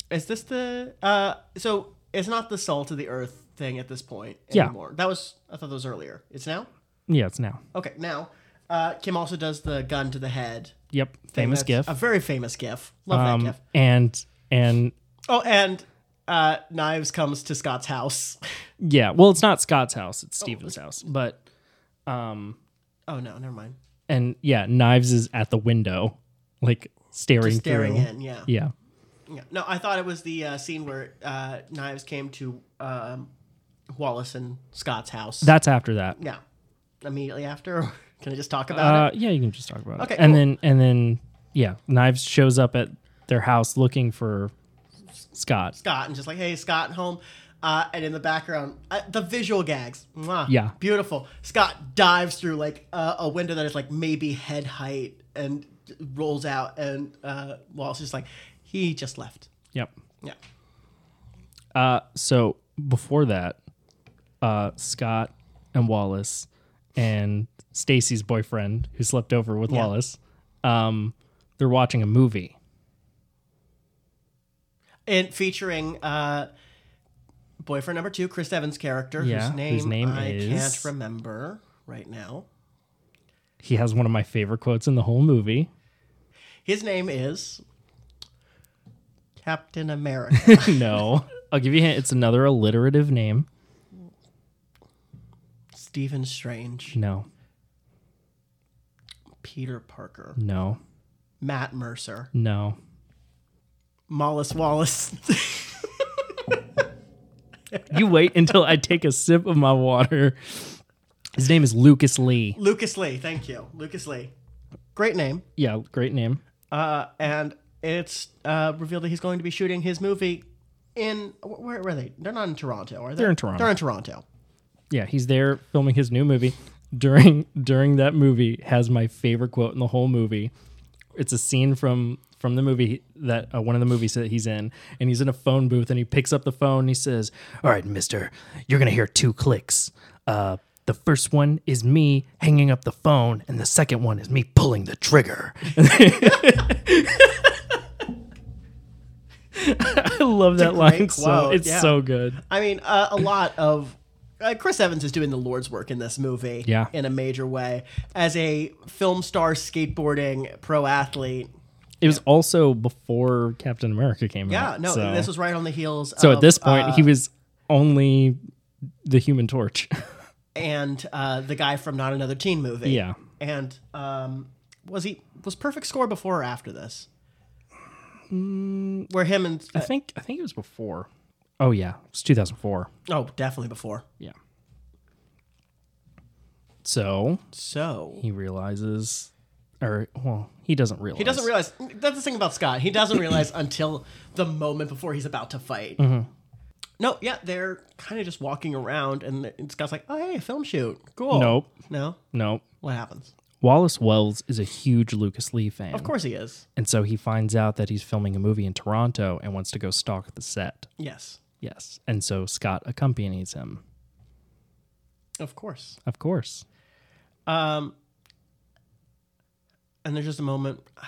B: Is this the? uh So it's not the salt of the earth thing at this point
C: Yeah.
B: anymore. That was I thought that was earlier. It's now.
C: yeah it's now
B: Okay, now. Uh, Kim also does the gun to the head.
C: yep
B: thing.
C: famous
B: That's
C: gif
B: A very famous gif. Love that
C: um
B: gif.
C: and and
B: Oh, and uh, knives comes to Scott's house.
C: Yeah, well, it's not Scott's house; it's Steven's house. But
B: oh no, never mind.
C: and yeah, Knives is at the window, like staring,
B: Just staring
C: through.
B: in, yeah.
C: Yeah,
B: Yeah. No, I thought it was the uh, scene where uh, Knives came to um, Wallace and Scott's house.
C: that's after that.
B: yeah. Immediately after. Can I just talk about it?
C: Uh, yeah, you can just talk about
B: Okay,
C: it. And
B: cool.
C: then and then yeah, Knives shows up at their house looking for Scott.
B: Scott and just like, hey, Scott home. Uh, and in the background, uh, the visual gags. Mwah.
C: Yeah.
B: Beautiful. Scott dives through like uh, a window that is like maybe head height and rolls out. And uh, Wallace is like, he just left.
C: Yep.
B: Yeah.
C: Uh, so before that, uh, Scott and Wallace and Stacy's boyfriend, who slept over with Wallace, um, they're watching a movie.
B: and featuring uh boyfriend number two chris evans character
C: Yeah,
B: whose
C: whose
B: name,
C: name
B: i
C: is-
B: can't remember right now
C: He has one of my favorite quotes in the whole movie.
B: his name is captain america
C: no. I'll give you a hint. It's another alliterative name.
B: stephen strange
C: No,
B: peter parker
C: no,
B: matt mercer
C: no.
B: Mollis wallace
C: You wait until I take a sip of my water. His name is Lucas Lee.
B: lucas lee thank you lucas lee great name
C: Yeah, great name.
B: uh and it's uh revealed that he's going to be shooting his movie in wh- where were they they're not in toronto are they
C: They're in Toronto.
B: they're in toronto
C: Yeah, he's there filming his new movie. during during that movie has my favorite quote in the whole movie. It's a scene from from the movie that uh, one of the movies that he's in, and he's in a phone booth, and he picks up the phone, and he says, "All right, Mister, you're gonna hear two clicks. Uh, the first one is me hanging up the phone, and the second one is me pulling the trigger." I love that line
B: great
C: so.
B: quote,
C: It's
B: yeah.
C: so good.
B: I mean, uh, a lot of uh, Chris Evans is doing the Lord's work in this movie,
C: Yeah.
B: in a major way as a film star, skateboarding pro athlete.
C: It was also before Captain America came out.
B: Yeah, no,
C: so.
B: this was right on the heels.
C: So
B: of,
C: at this point,
B: uh,
C: he was only the Human Torch.
B: and uh, the guy from Not Another Teen Movie.
C: Yeah.
B: and um, was he was Perfect Score before or after this?
C: Mm.
B: Where him and uh,
C: I think I think it was before. Oh yeah, it's 2004.
B: oh, definitely before.
C: Yeah. So
B: So
C: he realizes, or well, he doesn't realize.
B: He doesn't realize. That's the thing about Scott. He doesn't realize until the moment before he's about to fight. No, yeah, they're kind of just walking around, and and Scott's like, "Oh, hey, film shoot, cool."
C: Nope.
B: no.
C: No.
B: What happens?
C: Wallace Wells is a huge Lucas Lee fan,
B: Of course he is.
C: and so he finds out that he's filming a movie in Toronto and wants to go stalk the set.
B: Yes,
C: Yes, and so Scott accompanies him.
B: of course.
C: Of course.
B: Um, and there's just a moment. I-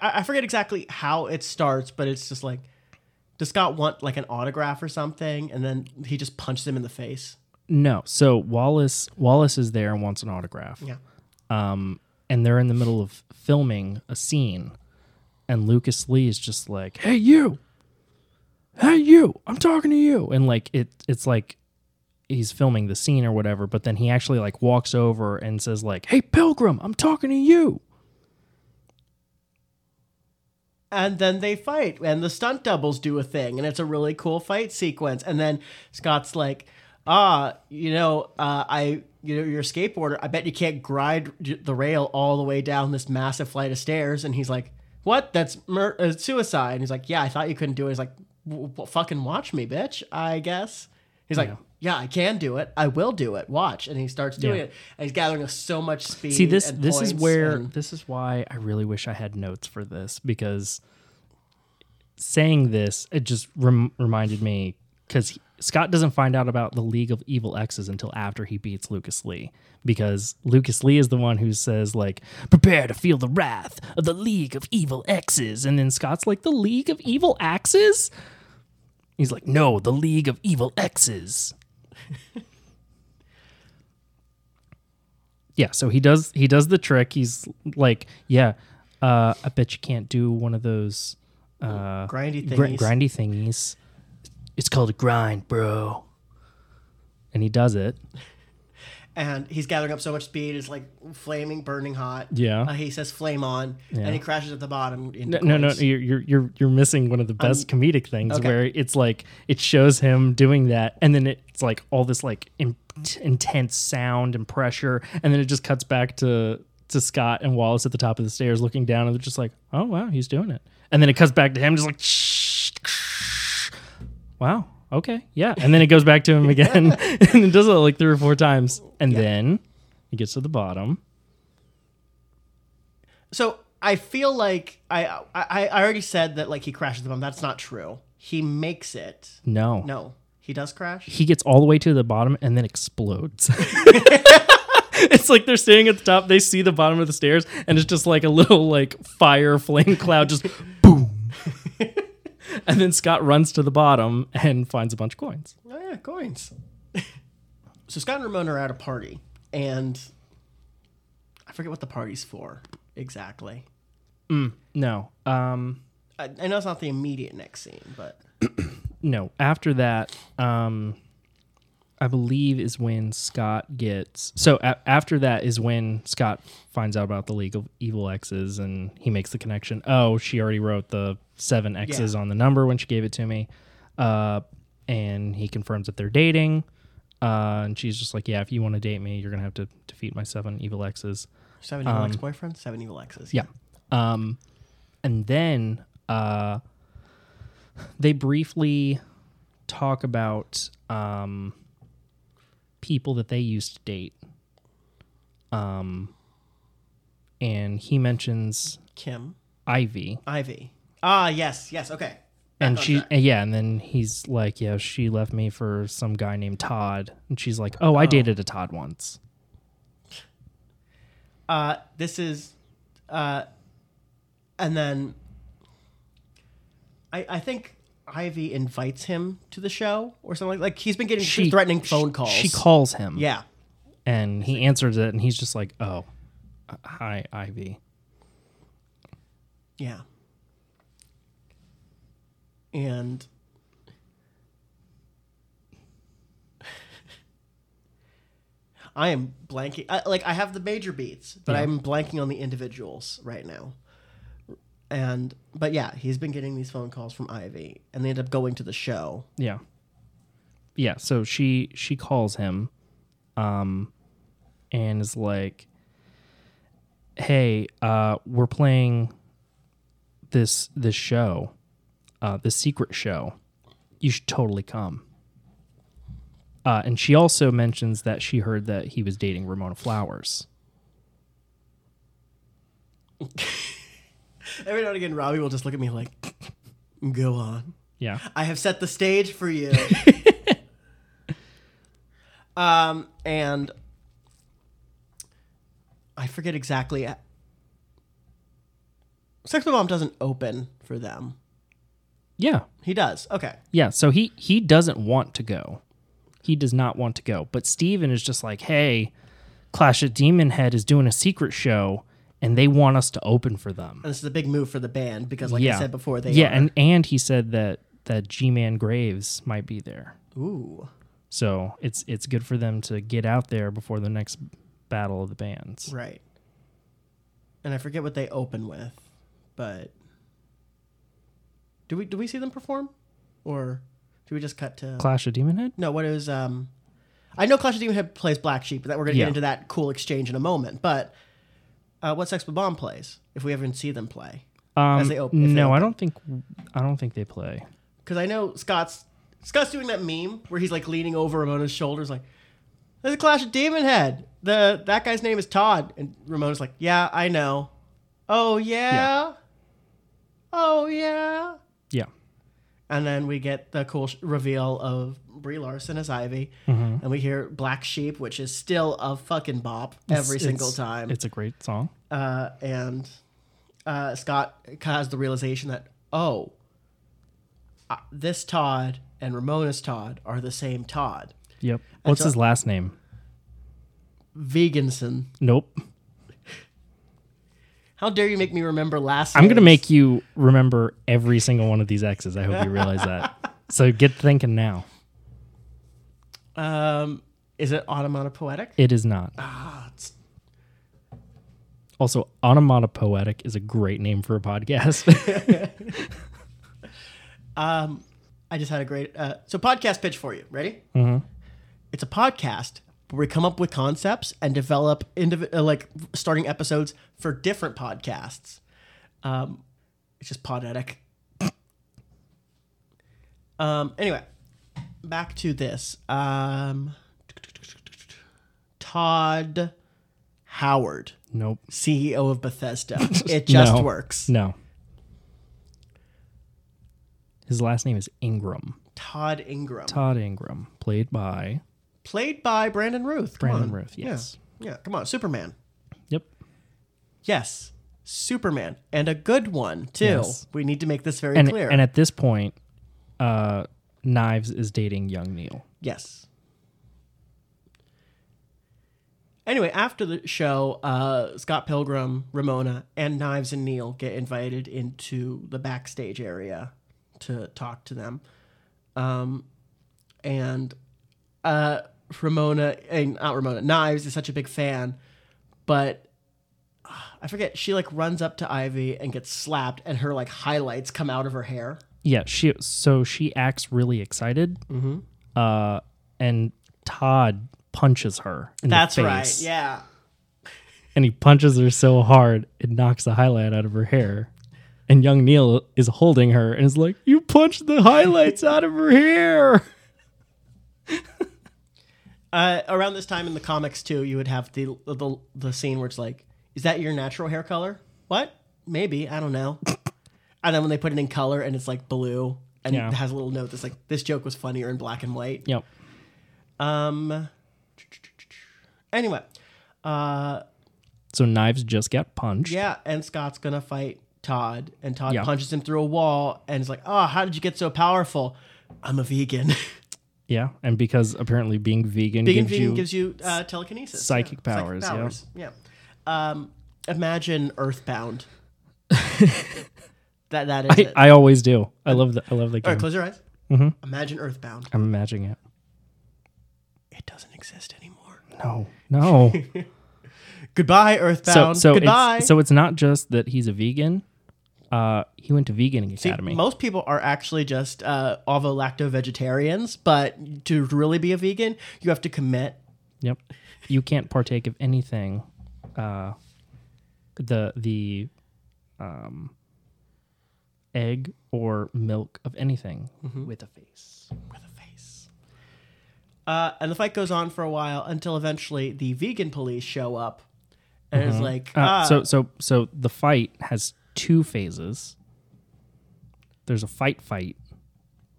B: I, I forget exactly how it starts, but it's just like, does Scott want like an autograph or something? And then he just punches him in the face.
C: No. So Wallace Wallace is there and wants an autograph.
B: Yeah.
C: um, and they're in the middle of filming a scene, and Lucas Lee is just like, "Hey you, hey you, I'm talking to you," and like it, it's like he's filming the scene or whatever, but then he actually like walks over and says like, "Hey Pilgrim, I'm talking to you."
B: and then they fight and the stunt doubles do a thing and it's a really cool fight sequence and then scott's like ah you know uh, i you know you're a skateboarder i bet you can't grind the rail all the way down this massive flight of stairs and he's like what that's mur- uh, suicide and he's like yeah i thought you couldn't do it he's like w- w- fucking watch me bitch i guess he's like yeah i can do it i will do it watch and he starts doing
C: Yeah.
B: it and he's gathering us so much speed
C: See this
B: and
C: this is
B: points
C: where
B: and-
C: this is why I really wish I had notes for this because saying this it just rem- reminded me cuz Scott doesn't find out about the League of Evil X's until after he beats Lucas Lee because Lucas Lee is the one who says like prepare to feel the wrath of the League of Evil X's and then Scott's like the League of Evil Axes He's like no the League of Evil X's yeah so he does he does the trick he's like yeah uh i bet you can't do one of those uh
B: grindy
C: gr-
B: things
C: grindy thingies it's called a grind bro and he does it
B: and he's gathering up so much speed it's like flaming burning hot
C: Yeah.
B: Uh, he says flame on and he crashes at the bottom
C: no
B: into
C: no, no
B: coins. Um,
C: you're, you're you're you're missing one of the best comedic things
B: okay.
C: where it's like it shows him doing that and then it's like all this like in, intense sound and pressure and then it just cuts back to to Scott and Wallace at the top of the stairs looking down and they're just like oh wow he's doing it and then it cuts back to him just like wow okay yeah and then it goes back to him again and it does it like three or four times and then he gets to the bottom
B: so i feel like I, I i already said that like he crashes the bottom that's not true he makes it
C: no
B: no he does crash
C: he gets all the way to the bottom and then explodes. it's like they're standing at the top, they see the bottom of the stairs, and it's just like a little like fire flame cloud just boom. and then Scott runs to the bottom and finds a bunch of coins.
B: oh yeah coins so scott and ramona are at a party and i forget what the party's for exactly
C: No. Um
B: i, I know it's not the immediate next scene but
C: no. After that, um I believe is when Scott gets so a- after that is when Scott finds out about the League of Evil X's and he makes the connection. Oh, she already wrote the seven X's on the number when she gave it to me, uh, and he confirms that they're dating. Uh, and she's just like, yeah, if you want to date me, you're gonna have to defeat my seven evil X's.
B: seven evil ex-boyfriend seven evil exes
C: Um, Yeah. Um, and then uh, they briefly talk about um, people that they used to date Um, and he mentions
B: Kim
C: Ivy,
B: Ivy. Ah, yes, yes. Okay.
C: and
B: on
C: she,
B: track.
C: yeah, and then he's like, yeah, she left me for some guy named Todd, and she's like, oh, I dated a Todd once.
B: Uh, this is, uh, and then I I think Ivy invites him to the show or something like like he's been getting threatening phone
C: she-
B: calls.
C: She calls him,
B: Yeah.
C: and he answers it, and he's just like, oh, uh, hi, Ivy.
B: Yeah. And I am blanking. I, like I have the major beats, but
C: Yeah.
B: I'm blanking on the individuals right now. And but yeah, he's been getting these phone calls from Ivy, and they end up going to the show.
C: Yeah. Yeah, so she she calls him um and is like hey, uh we're playing this this show, uh the secret show. You should totally come. Uh and she also mentions that she heard that he was dating Ramona Flowers.
B: Every now and again, Robbie will just look at me like, "Go on."
C: Yeah.
B: I have set the stage for you. um, and I forget exactly. uh, Sex Bomb doesn't open for them.
C: Yeah.
B: He does. Okay.
C: Yeah, so he he doesn't want to go. He does not want to go. But Steven is just like, "Hey, Clash at Demon Head is doing a secret show and they want us to open for them."
B: And this is a big move for the band because, like
C: yeah.
B: I said before, they
C: Yeah,
B: are-
C: and and he said that that G-Man Graves might be there.
B: ooh
C: So, it's it's good for them to get out there before the next battle of the bands.
B: right. And I forget what they open with, but do we do we see them perform, or do we just cut to
C: Clash at Demon Head?
B: No, what it was um I know Clash of the Demon Head plays Black Sheep, but that we're gonna
C: Yeah.
B: get into that cool exchange in a moment. But uh, what Sex Bomb plays, if we ever see them play.
C: Um
B: they op- if they
C: no, I
B: open.
C: don't think I don't think they play.
B: Because I know Scott's Scott's doing that meme where he's like leaning over Ramona's shoulders like there's a Clash of Demon Head. The that guy's name is Todd. And Ramona's like, Yeah, I know. Oh yeah. Oh yeah.
C: Yeah.
B: And then we get the cool sh- reveal of Brie Larson as Ivy,
C: Mm-hmm.
B: and we hear "Black Sheep," which is still a fucking bop every
C: It's-
B: single
C: it's-
B: time.
C: It's a great song.
B: Uh, and uh, Scott has the realization that oh, uh, this Todd and Ramona's Todd are the same Todd,
C: Yep. What's
B: so-
C: his last name?
B: Veganson.
C: Nope.
B: How dare you make me remember last?
C: I'm going to
B: names?
C: make you remember every single one of these X's. I hope you realize that. So get thinking now.
B: Um, is it onomatopoetic?
C: It is not.
B: Ah,
C: Also, onomatopoetic is a great name for a podcast.
B: I just had a great uh, so podcast pitch for you. Ready? Mm-hmm. It's a podcast where we come up with concepts and develop indiv- uh, like starting episodes for different podcasts. Um, it's just podetic. um, anyway, back to this. Um, Todd Howard,
C: nope.
B: CEO of Bethesda. It just
C: No.
B: works.
C: No. His last name is Ingram.
B: Todd Ingram,
C: Todd Ingram, played by
B: played by Brandon Ruth. Come
C: Brandon
B: on.
C: Ruth. Yes.
B: Yeah, come on, Superman.
C: Yep.
B: Yes, Superman, and a good one too.
C: Yes.
B: We need to make this very
C: And,
B: clear.
C: and at this point, uh, Knives is dating young Neil.
B: yes. Anyway, after the show, uh, Scott Pilgrim, Ramona, and Knives and Neil get invited into the backstage area to talk to them, um, and uh, Ramona and not Ramona Knives is such a big fan, but I forget she like runs up to Ivy and gets slapped, and her like highlights come out of her hair.
C: Yeah, she so she acts really excited. Mm-hmm. Uh, and Todd punches her. In
B: That's
C: the
B: right.
C: face,
B: Yeah.
C: And he punches her so hard it knocks the highlight out of her hair. And young Neil is holding her and is like, "You punched the highlights out of her hair."
B: Uh, around this time in the comics too, you would have the, the the scene where it's like, "Is that your natural hair color?" What? Maybe I don't know. and then when they put it in color and it's like blue, and
C: Yeah.
B: it has a little note that's like, "This joke was funnier in black and white."
C: Yep.
B: Um. Anyway,
C: So knives just got punched.
B: yeah, and Scott's gonna fight Todd, and Todd
C: Yeah.
B: punches him through a wall, and is like, "Oh, how did you get so powerful?" I'm a vegan.
C: Yeah, and because apparently being vegan,
B: Vegan
C: gives,
B: vegan
C: you,
B: gives you uh, telekinesis,
C: psychic powers, yeah.
B: yeah. Yeah. Um, imagine Earthbound. that that is it.
C: I Mm-hmm. always do. I love that. I love the
B: All
C: game.
B: right, close your eyes. Imagine Earthbound.
C: I'm imagining it.
B: It doesn't exist anymore.
C: No, no.
B: Goodbye,
C: so,
B: Earthbound.
C: so
B: Goodbye.
C: it's so it's not just that he's a vegan. Uh, he went to vegan
B: See,
C: academy.
B: most people are actually just uh, ovo-lacto vegetarians, but to really be a vegan, you have to commit.
C: yep. You can't partake of anything. Uh, the the, um, egg or milk of anything
B: Mm-hmm.
C: with a face.
B: with a face. Uh, and the fight goes on for a while until eventually the vegan police show up and it's like,
C: Uh,
B: ah,
C: So so so the fight has two phases. There's a fight fight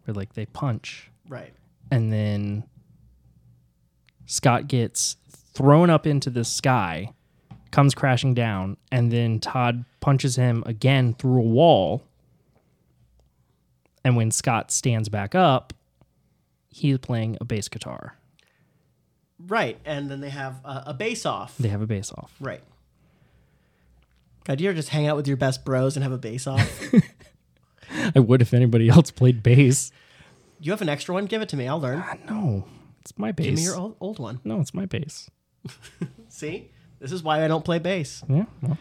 C: where like they punch
B: right.
C: and then Scott gets thrown up into the sky, comes crashing down, and then Todd punches him again through a wall. And when Scott stands back up, he's playing a bass guitar.
B: Right. And then they have uh, a base off.
C: They have a bass off.
B: right. God, you ever just hang out with your best bros and have a base off?
C: I would if anybody else played bass.
B: you have an extra one? Give it to me. I'll learn.
C: No, it's my bass.
B: Give me your old, old one.
C: No, it's my bass.
B: See? This is why I don't play bass.
C: Yeah. Well.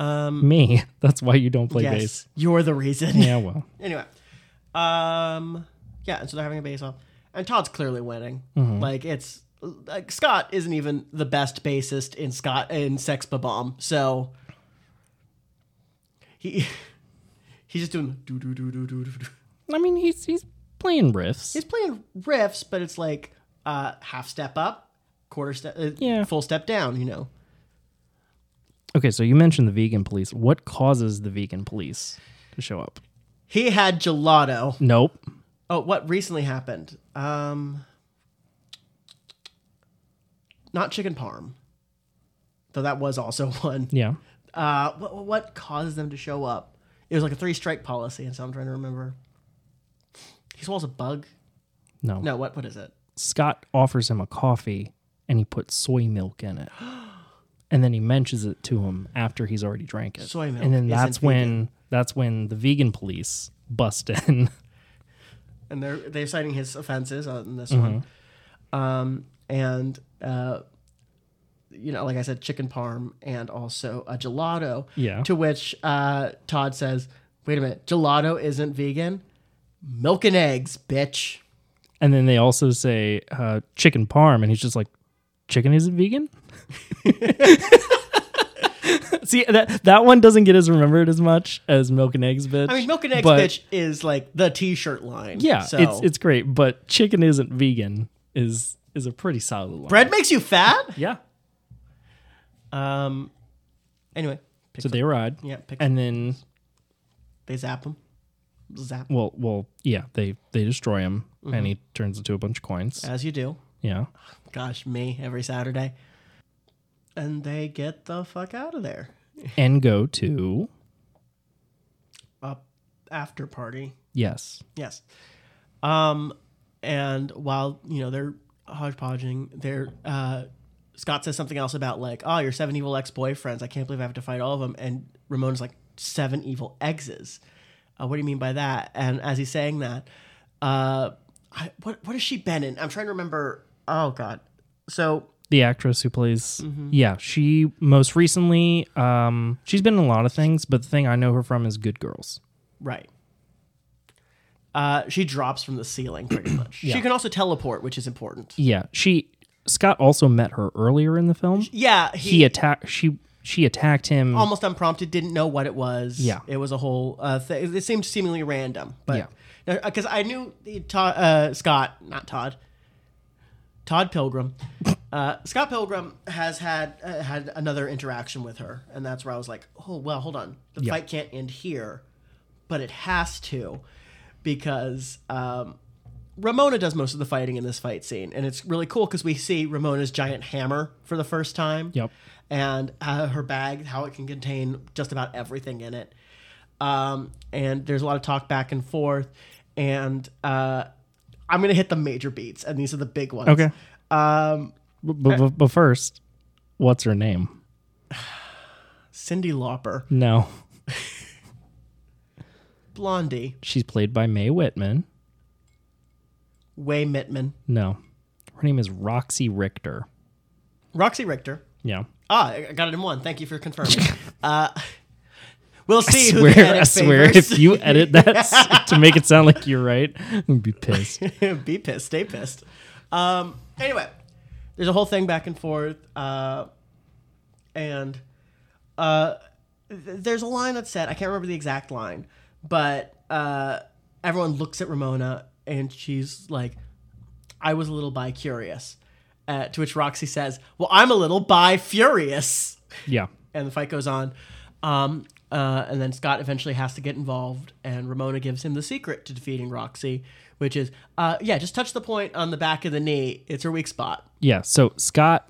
C: Um, me. That's why you don't play
B: yes.
C: bass.
B: You're the reason.
C: Yeah. Well.
B: anyway, um, yeah, and so they're having a base off, and Todd's clearly winning.
C: Mm-hmm.
B: Like it's like Scott isn't even the best bassist in Scott in Sex Bomb, so he he's just doing do do do do do do.
C: I mean, he's he's playing riffs.
B: He's playing riffs, but it's like uh half step up, quarter step, uh,
C: Yeah.
B: full step down. You know,
C: okay, so you mentioned the vegan police. What causes the vegan police to show up?
B: he had gelato.
C: Nope.
B: Oh, what recently happened? Um, not chicken parm, though that was also one.
C: Yeah.
B: Uh, what, what caused them to show up? It was like a three strike policy, and so I'm trying to remember. He swallows a bug.
C: No.
B: No, what what is it?
C: Scott offers him a coffee, and he puts soy milk in it, and then he mentions it to him after he's already drank it.
B: Soy milk
C: And then
B: isn't
C: that's when that's when the vegan police bust in.
B: And they're they're citing his offenses on this
C: Mm-hmm.
B: one. Um, and uh, you know, like I said, chicken parm and also a gelato.
C: Yeah.
B: To which uh, Todd says, "Wait a minute, gelato isn't vegan. Milk and eggs, bitch."
C: And then they also say uh, chicken parm, and he's just like, chicken isn't vegan. See that that one doesn't get as remembered as much as milk and eggs, bitch.
B: I mean, milk and eggs,
C: But-
B: bitch, is like the T-shirt line.
C: Yeah,
B: So
C: it's it's great, but chicken isn't vegan is is a pretty solid line.
B: bread makes you fat.
C: Yeah.
B: Um. Anyway, pick
C: So they ride.
B: Yeah, pick-
C: and then
B: they zap him. Zap
C: well well yeah they they destroy him
B: Mm-hmm.
C: and he turns into a bunch of coins.
B: as you do.
C: yeah.
B: Gosh, me every Saturday. And they get the fuck out of there.
C: And go to
B: Up after party.
C: yes
B: Yes. Um, and while you know they're hodgepodging, they're uh, Scott says something else about like, "Oh, your seven evil ex boyfriends. I can't believe I have to fight all of them." And Ramona's like, seven evil exes. Uh, what do you mean by that?" And as he's saying that, uh, I, what what has she been in? I'm trying to remember. Oh God. So
C: the actress who plays
B: Mm-hmm.
C: yeah she most recently um she's been in a lot of things but the thing I know her from is Good Girls.
B: right. Uh, she drops from the ceiling pretty much. She can also teleport, which is important.
C: Yeah, she Scott also met her earlier in the film.
B: Yeah,
C: He attacked she she attacked him.
B: almost unprompted, didn't know what it was.
C: Mm. Yeah.
B: it was a whole uh, thing. It seemed seemingly random,
C: Yeah.
B: uh, but because I knew the Todd, uh, Scott, not Todd, Todd Pilgrim. Uh, Scott Pilgrim has had uh, had another interaction with her, and that's where I was like, "Oh well, hold on, the
C: Yeah.
B: fight can't end here, but it has to, because um, Ramona does most of the fighting in this fight scene, and it's really cool because we see Ramona's giant hammer for the first time.
C: Yep.
B: And uh, her bag, how it can contain just about everything in it. Um, and there's a lot of talk back and forth. And uh, I'm going to hit the major beats, and these are the big ones.
C: Okay. Um, but, but, but first, what's her name?
B: Cindy Lauper,
C: No,
B: Blondie,
C: she's played by Mae Whitman.
B: Way Mittman,
C: No, her name is Roxy Richter.
B: Roxy Richter.
C: Yeah,
B: Ah, I got it in one. Thank you for confirming. uh, we'll see who the
C: swear,
B: edit
C: I swear.
B: favors.
C: If you edit that s- to make it sound like you're right, I'm gonna be pissed.
B: be pissed, stay pissed. Um, anyway, there's a whole thing back and forth, uh, and uh, th- there's a line that's said. I can't remember the exact line, but uh, everyone looks at Ramona, and she's like, "I was a little bi curious," uh, to which Roxy says, "Well, I'm a little bi furious."
C: Yeah,
B: and the fight goes on. Um, uh, and then Scott eventually has to get involved, and Ramona gives him the secret to defeating Roxy, which is, uh, yeah, just touch the point on the back of the knee. It's her weak spot.
C: yeah. So Scott,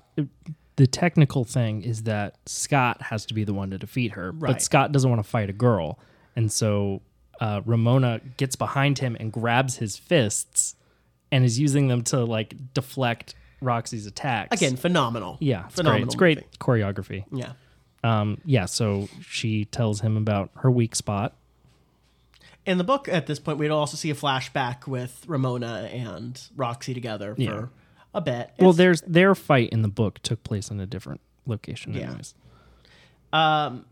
C: the technical thing is that Scott has to be the one to defeat her,
B: Right.
C: but Scott doesn't want to fight a girl, and so uh, Ramona gets behind him and grabs his fists, and is using them to like deflect Roxy's attacks
B: Again, phenomenal.
C: Yeah, it's
B: phenomenal.
C: great.
B: movie. Mm.
C: It's great choreography.
B: Yeah.
C: Um, yeah, so she tells him about her weak spot.
B: In the book, at this point, we'd also see a flashback with Ramona and Roxy together for
C: Yeah.
B: a bit.
C: well,
B: It's-
C: there's their fight in the book took place in a different location.
B: Yeah.
C: Anyways.
B: and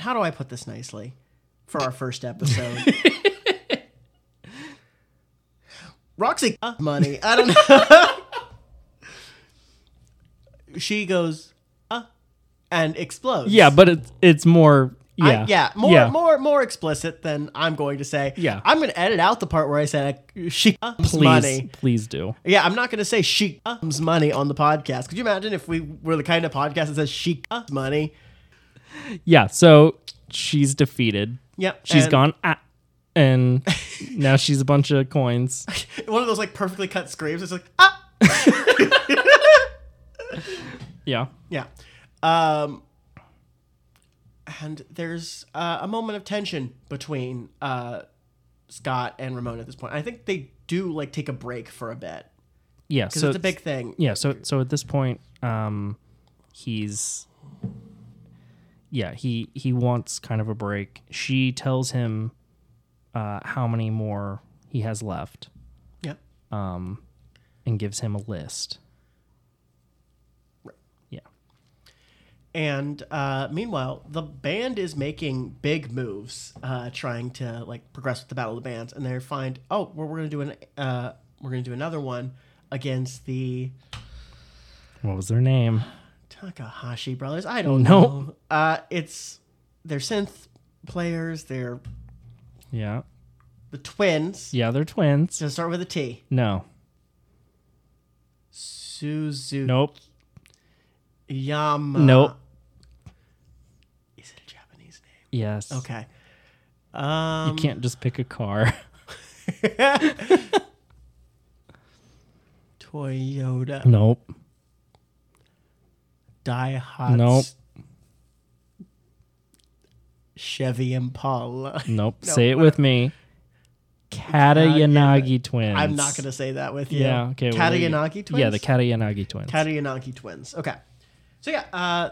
B: how do I put this nicely for our first episode? Roxy uh, money. I don't know. she goes uh, and explodes.
C: Yeah, but it's it's more
B: I-
C: yeah
B: yeah, more, more, more explicit than I'm going to say.
C: Yeah.
B: I'm going to edit out the part where I said uh, she uh,
C: Please
B: money.
C: please do.
B: Yeah, I'm not going to say she comes money on the podcast. Could you imagine if we were the kind of podcast that says she comes money?
C: Yeah, so she's defeated.
B: Yep.
C: She's
B: and-
C: gone ah, and now she's a bunch of coins.
B: one of those like perfectly cut screams. It's like ah,
C: Yeah.
B: yeah. Um, and there's uh, a moment of tension between uh, Scott and Ramona at this point. I think they do like take a break for a bit
C: Yeah,
B: because
C: so
B: it's a big thing.
C: yeah so so at this point um he's yeah he he wants kind of a break she tells him uh how many more he has left
B: Yep.
C: and gives him a list yeah
B: And uh, meanwhile, the band is making big moves, uh, trying to like progress with the Battle of the Bands, and they find oh, well, we're gonna do an uh, we're gonna do another one against the
C: what was their name
B: Takahashi brothers. I don't
C: No.
B: know. Uh, it's they're synth players. They're
C: yeah
B: the twins.
C: yeah they're twins
B: It's gonna start with a T.
C: no
B: Suzu
C: nope
B: Yama.
C: nope
B: Is it a Japanese name?
C: yes
B: Okay. Um,
C: you can't just pick a car
B: Toyota
C: nope
B: Daihatsu.
C: Nope.
B: Chevy Impala.
C: nope
B: No,
C: say it with me katayanagi twins
B: I'm not gonna say that with you.
C: yeah okay well, there you-
B: Katayanagi twins.
C: yeah the katayanagi twins
B: Katayanagi twins. Okay. So yeah, uh,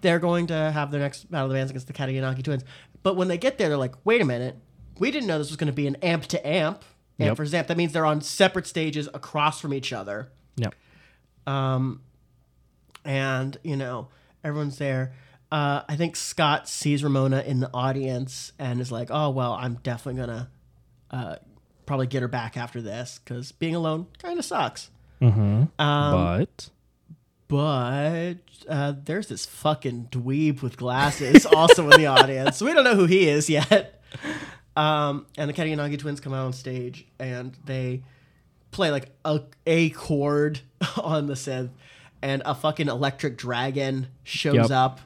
B: they're going to have their next battle of the bands against the Katayanagi twins. But when they get there, they're like, wait a minute, we didn't know this was going to be an amp to amp, amp
C: Yep.
B: for zamp. That means they're on separate stages across from each other,
C: Yep.
B: and you know everyone's there. Uh, I think Scott sees Ramona in the audience and is like, oh well, I'm definitely gonna uh, probably get her back after this because being alone kind of sucks. Um,
C: but
B: but uh, there's this fucking dweeb with glasses also in the audience. So we don't know who he is yet. Um, and the Katayanagi twins come out on stage and they play like a, a chord on the synth, and a fucking electric dragon shows
C: Yep.
B: up,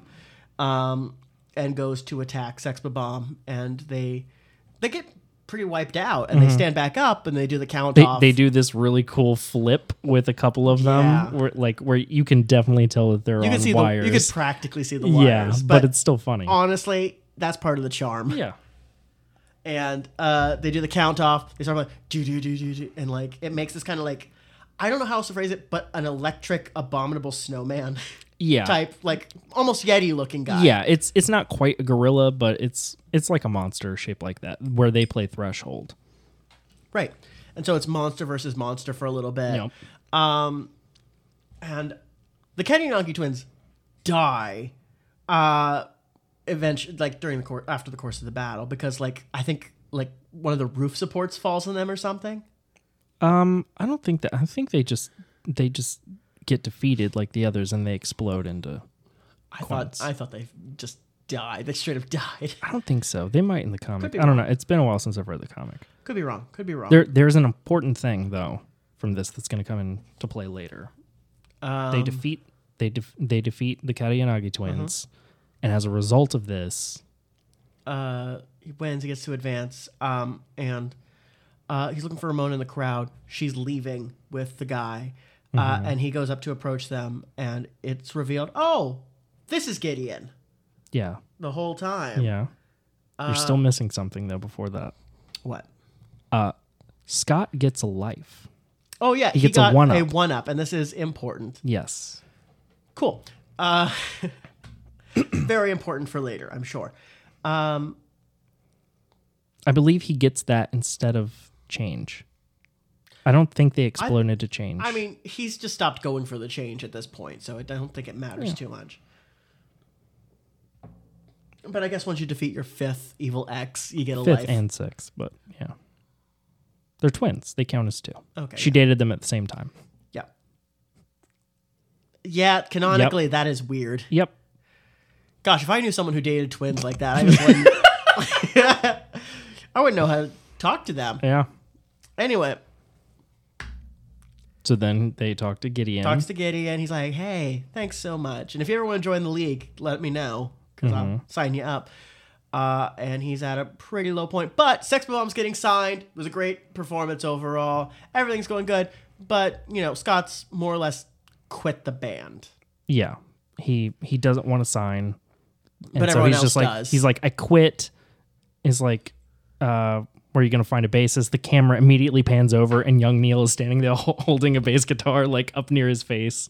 B: um, and goes to attack Sexpa Bomb, and they they get pretty wiped out, and they stand back up, and they do the count
C: Mm-hmm. They,
B: off.
C: they do this really cool flip with a couple of them,
B: Yeah.
C: where like where you can definitely tell that they're
B: You
C: on
B: can see
C: wires.
B: the you can practically see the wires,
C: yeah, but,
B: but,
C: it's still funny.
B: honestly that's part of the charm.
C: yeah,
B: and uh, they do the count off. They start like do do do do do, and like it makes this kind of like I don't know how else to phrase it, but an electric abominable snowman
C: yeah,
B: type, like almost yeti looking guy.
C: yeah. It's it's not quite a gorilla, but it's it's like a monster shaped like that, where they play Threshold.
B: right. And so it's monster versus monster for a little bit. Um,
C: Yep.
B: and the Kenyanagi twins die uh eventually like during the course after the course of the battle because like I think like one of the roof supports falls on them or something.
C: Um, I don't think that. I think they just they just get defeated like the others, and they explode into.
B: I thought
C: Quince.
B: I thought they just died. They straight up died.
C: I don't think so. They might in the comic.
B: be Oh.
C: I don't know. It's been a while since I've read the comic.
B: Could be wrong. Could be wrong.
C: There, there's an important thing though from this that's going to come into play later.
B: Um,
C: they defeat they def- they defeat the
B: Uh-huh.
C: Katayanagi twins, and as a result of this,
B: uh, he wins. He gets to advance, um, and uh, he's looking for Ramona in the crowd. She's leaving with the guy, uh,
C: Mm-hmm.
B: and he goes up to approach them, and it's revealed, oh, this is Gideon
C: yeah,
B: the whole time.
C: yeah, you're
B: Um,
C: still missing something though. Before that,
B: What?
C: Scott gets a life.
B: Oh yeah, he,
C: gets a
B: got
C: one-up.
B: A one up, and this is important.
C: Yes,
B: Cool. Uh, very important for later, I'm sure.
C: I believe he gets that instead of change. I don't think they explode into change.
B: I mean, he's just stopped going for the change at this point, so I don't think it matters too much. But I guess once you defeat your fifth evil ex, you get a
C: fifth
B: life.
C: and sixth, but yeah, they're twins. They count as two.
B: Okay,
C: she
B: yeah.
C: dated them at the same time.
B: yeah. Yeah, canonically, that is weird.
C: Yep.
B: Gosh, if I knew someone who dated twins like that, I just wouldn't. I wouldn't know how to talk to them.
C: Yeah.
B: Anyway,
C: So then they talk to Gideon.
B: talks to Gideon. He's like, "Hey, thanks so much. And if you ever want to join the league, let me know because I'll sign you up." Uh, and he's at a pretty low point, but Sex Bomb's getting signed. It was a great performance overall. Everything's going good, but you know Scott's more or less quit the band.
C: yeah. He he doesn't want to sign. And
B: But everyone
C: he's
B: else
C: just like
B: does.
C: he's like, I quit. Is like, uh, where are you gonna find a bassist? The camera immediately pans over and young Neil is standing there hol- holding a bass guitar like up near his face.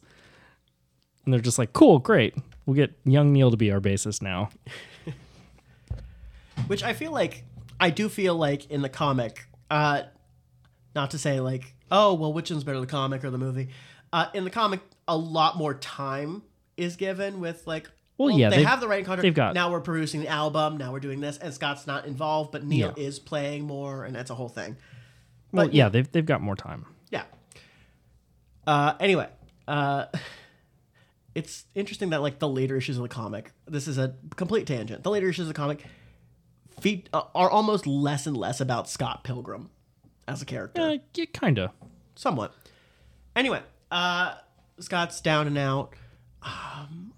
C: And they're just like, Cool, great. We'll get young Neil to be our bassist now.
B: Which I feel like I do feel like in the comic, uh, not to say like, oh well, which one's better, the comic or the movie? Uh, in the comic, a lot more time is given with like,
C: Well, yeah,
B: they
C: they've-
B: have the writing contract.
C: they've got-
B: now we're producing the album, now we're doing this, and Scott's not involved, but Neil
C: Yeah.
B: is playing more, and that's a whole thing.
C: Well, yeah, they've they've got more time.
B: Yeah. Uh, anyway, uh, it's interesting that like the later issues of the comic. This is a complete tangent. The later issues of the comic feet uh, are almost less and less about Scott Pilgrim as a character,
C: Uh, yeah, kinda.
B: somewhat. Anyway, uh, Scott's down and out. Um,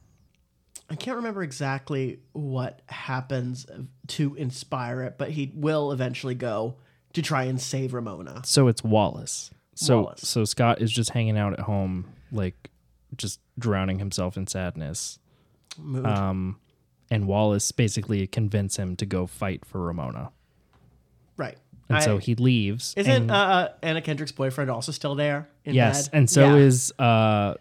B: I can't remember exactly what happens to inspire it, but he will eventually go to try and save Ramona.
C: So it's Wallace. So
B: Wallace.
C: so Scott is just hanging out at home, like just drowning himself in sadness.
B: Mood.
C: Um, and Wallace basically convince him to go fight for Ramona,
B: Right.
C: and
B: I-
C: so he leaves.
B: Isn't
C: and,
B: uh, uh, Anna Kendrick's boyfriend also still there? In
C: yes,
B: bed?
C: and so
B: Yeah.
C: is uh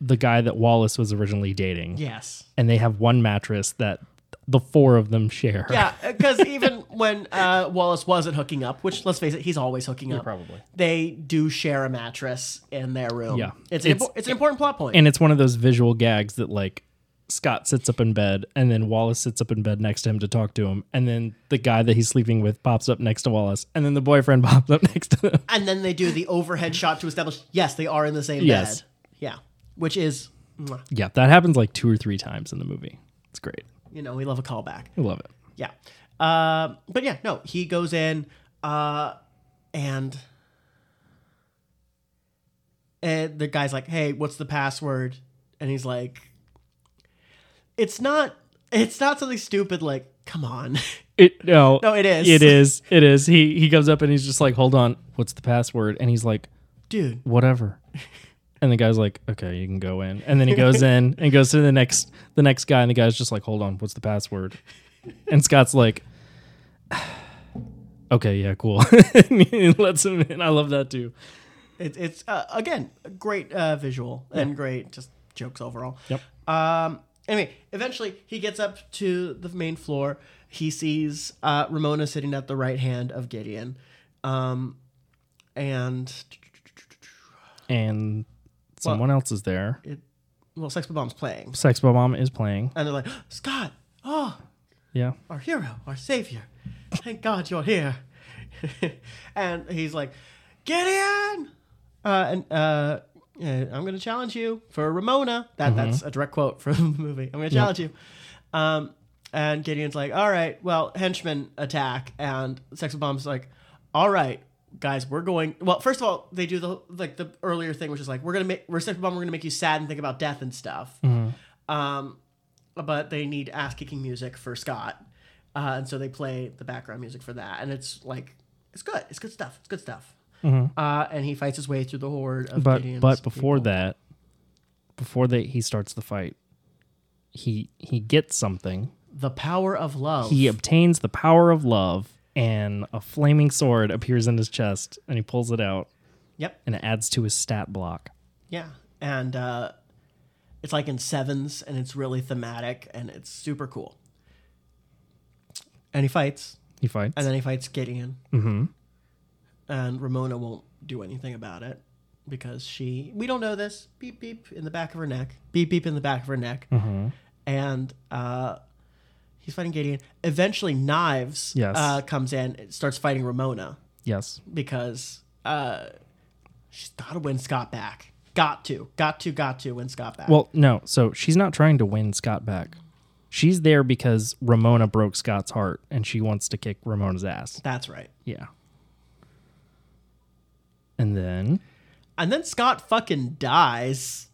C: the guy that Wallace was originally dating.
B: yes,
C: and they have one mattress that the four of them share.
B: yeah. Because even when uh, Wallace wasn't hooking up, which let's face it, he's always hooking up.
C: probably.
B: They do share a mattress in their room.
C: Yeah.
B: it's an
C: It's-
B: impor- it's an important plot point.
C: and it's one of those visual gags that like Scott sits up in bed and then Wallace sits up in bed next to him to talk to him and then the guy that he's sleeping with pops up next to Wallace and then the boyfriend pops up next to them.
B: and then they do the overhead shot to establish yes, they are in the same
C: Yes.
B: bed. Yeah, which is mwah.
C: Yeah, that happens like two or three times in the movie. It's great.
B: you know we love a callback.
C: I love it.
B: Yeah. Uh, but yeah, no, he goes in uh, and and the guy's like, "Hey, what's the password?" And he's like, "It's not. It's not something stupid. Like, come on."
C: It no,
B: No, it is.
C: It is. It is. He he comes up and he's just like, "Hold on, what's the password?" And he's like,
B: Dude,
C: "Whatever." And the guy's like, "Okay, you can go in." And then he goes in and goes to the next the next guy, and the guy's just like, "Hold on, what's the password?" And Scott's like, "Okay, yeah, cool." and he lets him in. I love that too.
B: it, it's uh, again a great uh, visual and great just jokes overall.
C: Yep.
B: Um. Anyway, eventually he gets up to the main floor. He sees uh, Ramona sitting at the right hand of Gideon, um, and
C: And someone else is there.
B: it, well, Sex Bomb's playing,
C: Sex Bomb is playing.
B: and they're like, "Scott, oh,
C: Yeah.
B: our hero, our savior. Thank God you're here. and he's like, Gideon! Uh, and uh, uh, I'm going to challenge you for Ramona. That That's a direct quote from the movie. I'm going to challenge you. Um, and Gideon's like, all right, well, henchmen attack. And Sex Bomb's like, all right, guys, we're going. Well, first of all, they do the like the earlier thing, which is like, we're going to make, we're Sex Bomb, we're going to make you sad and think about death and stuff.
C: Mm-hmm.
B: Um, but they need ass kicking music for Scott. Uh, and so they play the background music for that. And it's like, it's good. It's good stuff. It's good stuff. Uh, and he fights his way through the horde of
C: Mm-hmm. but
B: Gideon's
C: but before
B: people.
C: that before they he starts the fight he he gets something
B: the power of love.
C: he obtains the power of love and a flaming sword appears in his chest and he pulls it out
B: Yep.
C: and it adds to his stat block
B: Yeah. And uh, it's like in sevens and it's really thematic and it's super cool. And he fights.
C: he fights
B: And then he fights Gideon. Mm-hmm. And Ramona won't do anything about it because she, we don't know this, beep, beep in the back of her neck, beep, beep in the back of her neck. And uh, he's fighting Gideon. Eventually, Knives
C: Yes.
B: uh, comes in, and starts fighting Ramona
C: yes
B: because uh, she's got to win Scott back. Got to, got to, got to win Scott back.
C: well no so she's not trying to win scott back she's there because ramona broke scott's heart and she wants to kick ramona's ass
B: that's right.
C: yeah and then
B: And then Scott fucking dies.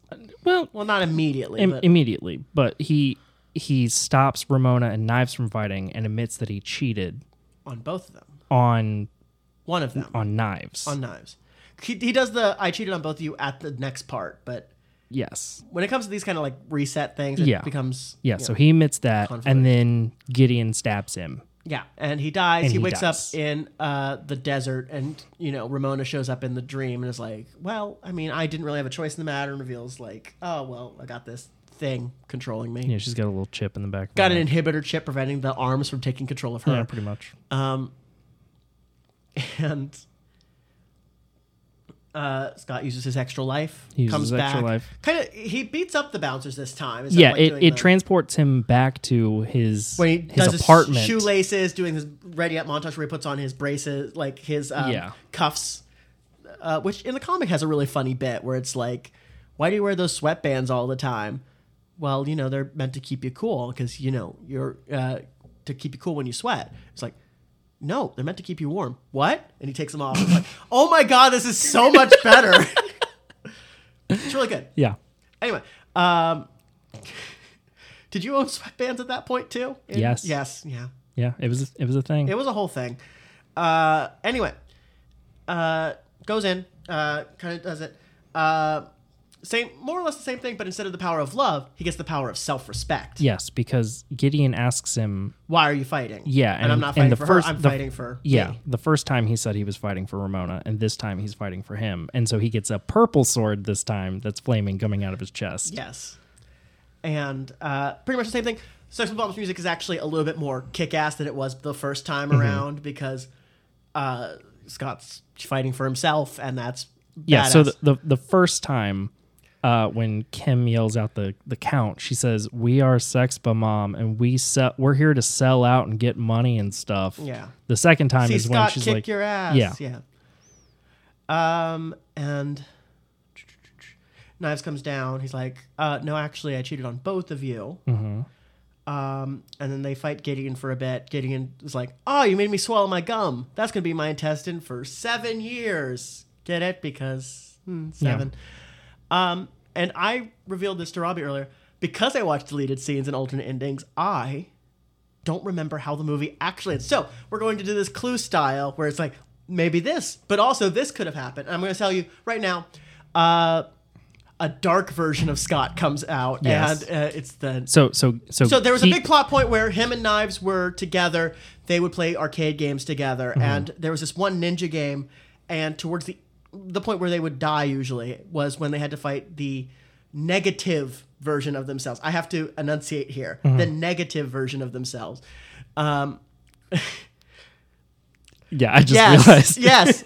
C: well
B: Well, not immediately,
C: Im-
B: but
C: immediately, but he he stops Ramona and Knives from fighting and admits that he cheated
B: on both of them.
C: on
B: One of them.
C: on Knives.
B: on knives. He, he does the I cheated on both of you at the next part, but
C: yes.
B: when it comes to these kind of like reset things, it
C: Yeah.
B: becomes
C: Yeah, so he admits that
B: Conflict.
C: and then Gideon stabs him.
B: yeah, and he dies. he,
C: he
B: wakes
C: dies.
B: up in uh, the desert, and you know Ramona shows up in the dream and is like, "Well, I mean, I didn't really have a choice in the matter." And reveals like, "Oh well, I got this thing controlling me.
C: Yeah, she's got a little chip in the back. of
B: Got
C: her
B: an
C: neck.
B: inhibitor chip preventing the arms from taking control of her."
C: Yeah, pretty much.
B: and uh, Scott uses his extra life.
C: He uses
B: comes
C: his
B: back.
C: extra life.
B: Kind of, he beats up the bouncers this time. instead of,
C: Yeah,
B: like,
C: it,
B: doing
C: it
B: the-
C: transports him back to his
B: when he
C: his
B: does
C: apartment.
B: his shoelaces, doing his ready up montage where he puts on his braces, like his um,
C: Yeah.
B: cuffs, uh, which in the comic has a really funny bit where it's like, "Why do you wear those sweatbands all the time?" Well, you know they're meant to keep you cool because you know you're uh, to keep you cool when you sweat. It's like. No, they're meant to keep you warm. What? And he takes them off. It's like, oh my god, this is so much better. it's really good.
C: yeah.
B: Anyway, um, did you own sweatbands at that point too? In-
C: Yes.
B: Yes. Yeah.
C: Yeah, it was it was a thing.
B: It was a whole thing. Uh, anyway, uh, goes in, uh, kind of does it. Uh, same, more or less the same thing, but instead of the power of love, he gets the power of self-respect.
C: yes, because Gideon asks him
B: Why are you fighting?
C: Yeah,
B: And, I'm not fighting
C: the
B: for
C: first,
B: her. I'm
C: the-
B: fighting for
C: Yeah,
B: me.
C: the first time he said he was fighting for Ramona, and this time he's fighting for him, and so he gets a purple sword this time that's flaming coming out of his chest.
B: Yes. And uh, pretty much the same thing. Sex with Bombs music is actually a little bit more kick ass than it was the first time
C: Mm-hmm.
B: around because uh, Scott's fighting for himself, and that's
C: yeah. So
B: badass.
C: the, the the first time. Uh, when Kim yells out the, the count, she says, "We are Sexba Mom, and we sell, we're here to sell out and get money and stuff."
B: Yeah.
C: The second time
B: see
C: is
B: Scott
C: when she's
B: kick
C: like,
B: your ass.
C: Yeah.
B: Yeah. Um, and Knives comes down. He's like, uh, no, actually, I cheated on both of you. Mm-hmm. Um, and then they fight Gideon for a bit. Gideon is like, oh, you made me swallow my gum. That's going to be my intestine for seven years. Get it? Because Hmm, seven. Um, and I revealed this to Robbie earlier because I watched deleted scenes and alternate endings. I don't remember how the movie actually ends. So we're going to do this clue style where it's like maybe this, but also this could have happened. And I'm going to tell you right now. Uh, a dark version of Scott comes out,
C: Yes.
B: and uh, it's the
C: So so so
B: so there was
C: he-
B: a big plot point where him and Knives were together. They would play arcade games together,
C: Mm-hmm.
B: and there was this one ninja game. And towards the the point where they would die usually was when they had to fight the negative version of themselves. I have to enunciate here
C: Mm-hmm.
B: the negative version of themselves. Um,
C: Yeah, I just
B: yes,
C: realized.
B: yes,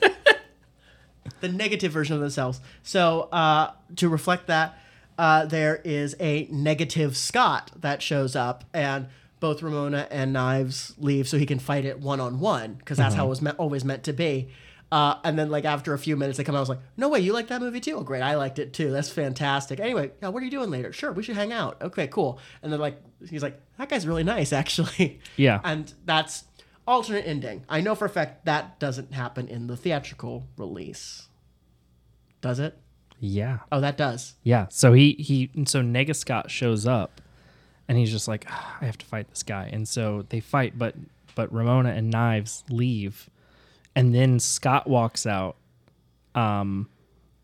B: the negative version of themselves. So uh, to reflect that, uh, there is a negative Scott that shows up, and both Ramona and Knives leave so he can fight it one on one because that's how it was me- always meant to be. Uh, and then, like after a few minutes, they come out. I was like, "No way, you like that movie too? Oh, great, I liked it too. That's fantastic." Anyway, yeah, what are you doing later? Sure, we should hang out. Okay, cool. And then, like, he's like, "That guy's really nice, actually."
C: Yeah.
B: and that's alternate ending. I know for a fact that doesn't happen in the theatrical release. Does it?
C: Yeah.
B: Oh, that does.
C: Yeah. So he he so Nega Scott shows up and he's just like "Ah, I have to fight this guy. And so they fight but but Ramona and Knives leave and then Scott walks out um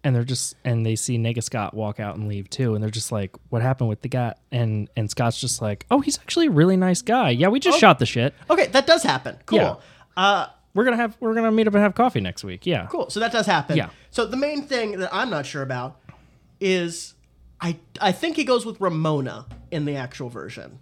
C: and they're just and they see Nega Scott walk out and leave too and they're just like what happened with the guy and and Scott's just like oh he's actually a really nice guy. Yeah, we
B: Oh.
C: just shot the shit.
B: Okay, that does happen. Cool.
C: Yeah.
B: Uh,
C: We're going to have we're going to meet up and have coffee next week. Yeah.
B: cool. So that does happen.
C: Yeah.
B: So the main thing that I'm not sure about is I I think he goes with Ramona in the actual version.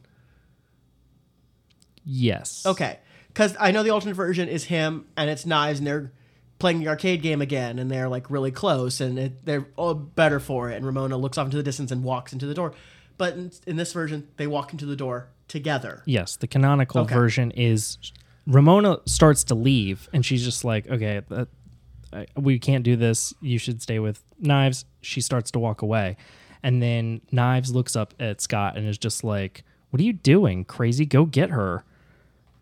C: Yes.
B: Okay. Because I know the alternate version is him and it's knives and they're playing the arcade game again and they're like really close and it, they're all better for it. And Ramona looks off into the distance and walks into the door. But in, in this version, they walk into the door together.
C: Yes, the canonical
B: Okay.
C: version is Ramona starts to leave, and she's just like, "Okay, that, I, we can't do this. You should stay with Knives." She starts to walk away, and then Knives looks up at Scott and is just like, "What are you doing, crazy? Go get her!"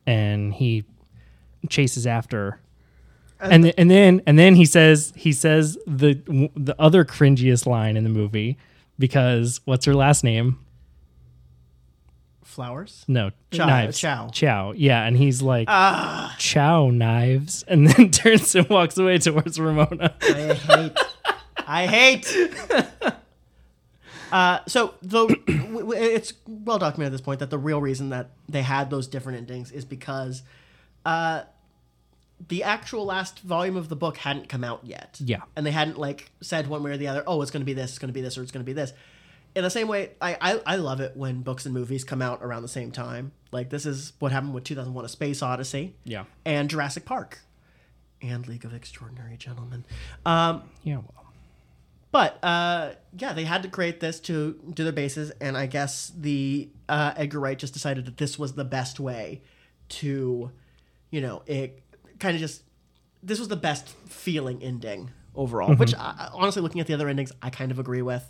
C: And he chases after. And, th- and then and then he says he says the the other cringiest line in the movie because what's her last name
B: Flowers?
C: no,
B: Chow-
C: knives.
B: chow. Ah.
C: Chow. Yeah, and he's like, Chow knives, and then turns and walks away towards Ramona.
B: I hate. I hate. Uh, so the w- w- it's well documented at this point that the real reason that they had those different endings is because uh, the actual last volume of the book hadn't come out yet.
C: Yeah.
B: and they hadn't like said one way or the other. Oh, it's going to be this. It's going to be this, or it's going to be this. In the same way, I, I I love it when books and movies come out around the same time. Like this is what happened with 2001: A Space Odyssey.
C: Yeah.
B: and Jurassic Park, and League of Extraordinary Gentlemen. Um,
C: yeah, well,
B: but uh, yeah, they had to create this to do their bases, and I guess the uh, Edgar Wright just decided that this was the best way to, you know, it kind of just this was the best feeling ending overall.
C: Mm-hmm.
B: Which I, I- honestly, looking at the other endings, I kind of agree with.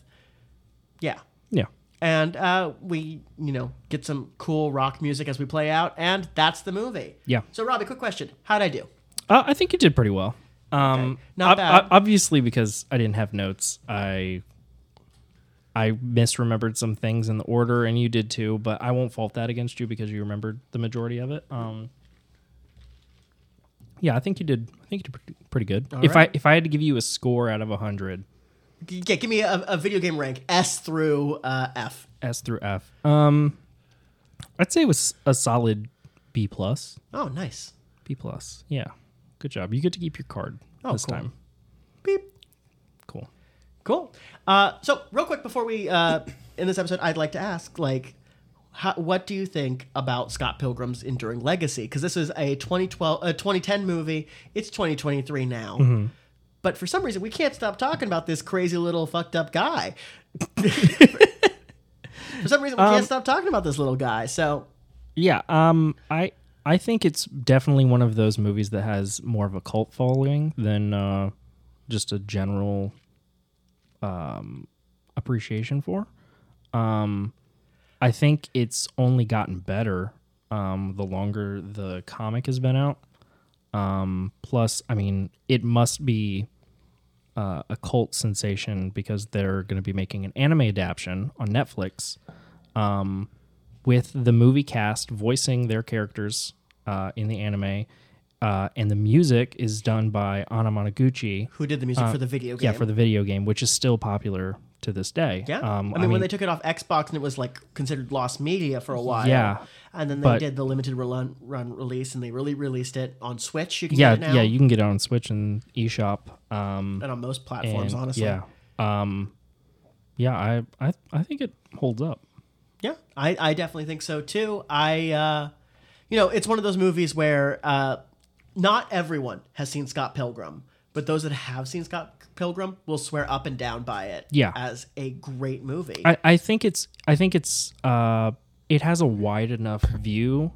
B: Yeah,
C: yeah,
B: and uh, we you know get some cool rock music as we play out, and that's the movie.
C: Yeah.
B: So Robbie, quick question: How'd I do?
C: uh, I think you did pretty well. Um,
B: Not
C: ob-
B: bad.
C: ob- obviously, because I didn't have notes, I I misremembered some things in the order, and you did too. But I won't fault that against you because you remembered the majority of it. Um, yeah, I think you did. I think you did pretty- pretty good. if
B: right.
C: I if I had to give you a score out of hundred,
B: Yeah, give me a, a video game rank S through uh, F.
C: S through F. Um, I'd say it was a solid B plus.
B: Oh, nice.
C: B plus. Yeah, good job. You get to keep your card
B: Oh,
C: this
B: cool.
C: time.
B: Beep.
C: Cool.
B: Cool. Uh, so, real quick before we uh, in this episode, I'd like to ask, like, how, what do you think about Scott Pilgrim's enduring legacy? Because this is a 2012, a 2010 movie. It's 2023 now. But for some reason, we can't stop talking about this crazy little fucked up guy. for some reason, we can't stop talking about this little guy. So,
C: Yeah. Um. I I think it's definitely one of those movies that has more of a cult following than uh, just a general um appreciation for. Um, I think it's only gotten better. Um, the longer the comic has been out. Um, plus, I mean, it must be uh, a cult sensation because they're going to be making an anime adaptation on Netflix um, with the movie cast voicing their characters uh, in the anime. Uh, and the music is done by Anna Monoguchi.
B: Who did the music for the video game?
C: Yeah, for the video game, which is still popular to this day.
B: Yeah.
C: Um,
B: I, mean, when they took it off Xbox and it was like considered lost media for a while.
C: Yeah.
B: And then they
C: But-
B: did the limited run, run release and they really released it on Switch. You can
C: yeah,
B: get it now.
C: yeah, you can get it on Switch and eShop. Um,
B: and on most platforms,
C: and,
B: honestly.
C: Yeah. Um, yeah, I, I I think it holds up.
B: Yeah, I, I definitely think so too. I, uh, you know, it's one of those movies where uh, not everyone has seen Scott Pilgrim, but those that have seen Scott Pilgrim will swear up and down by it.
C: Yeah.
B: as a great movie.
C: I, I think it's I think it's uh it has a wide enough view.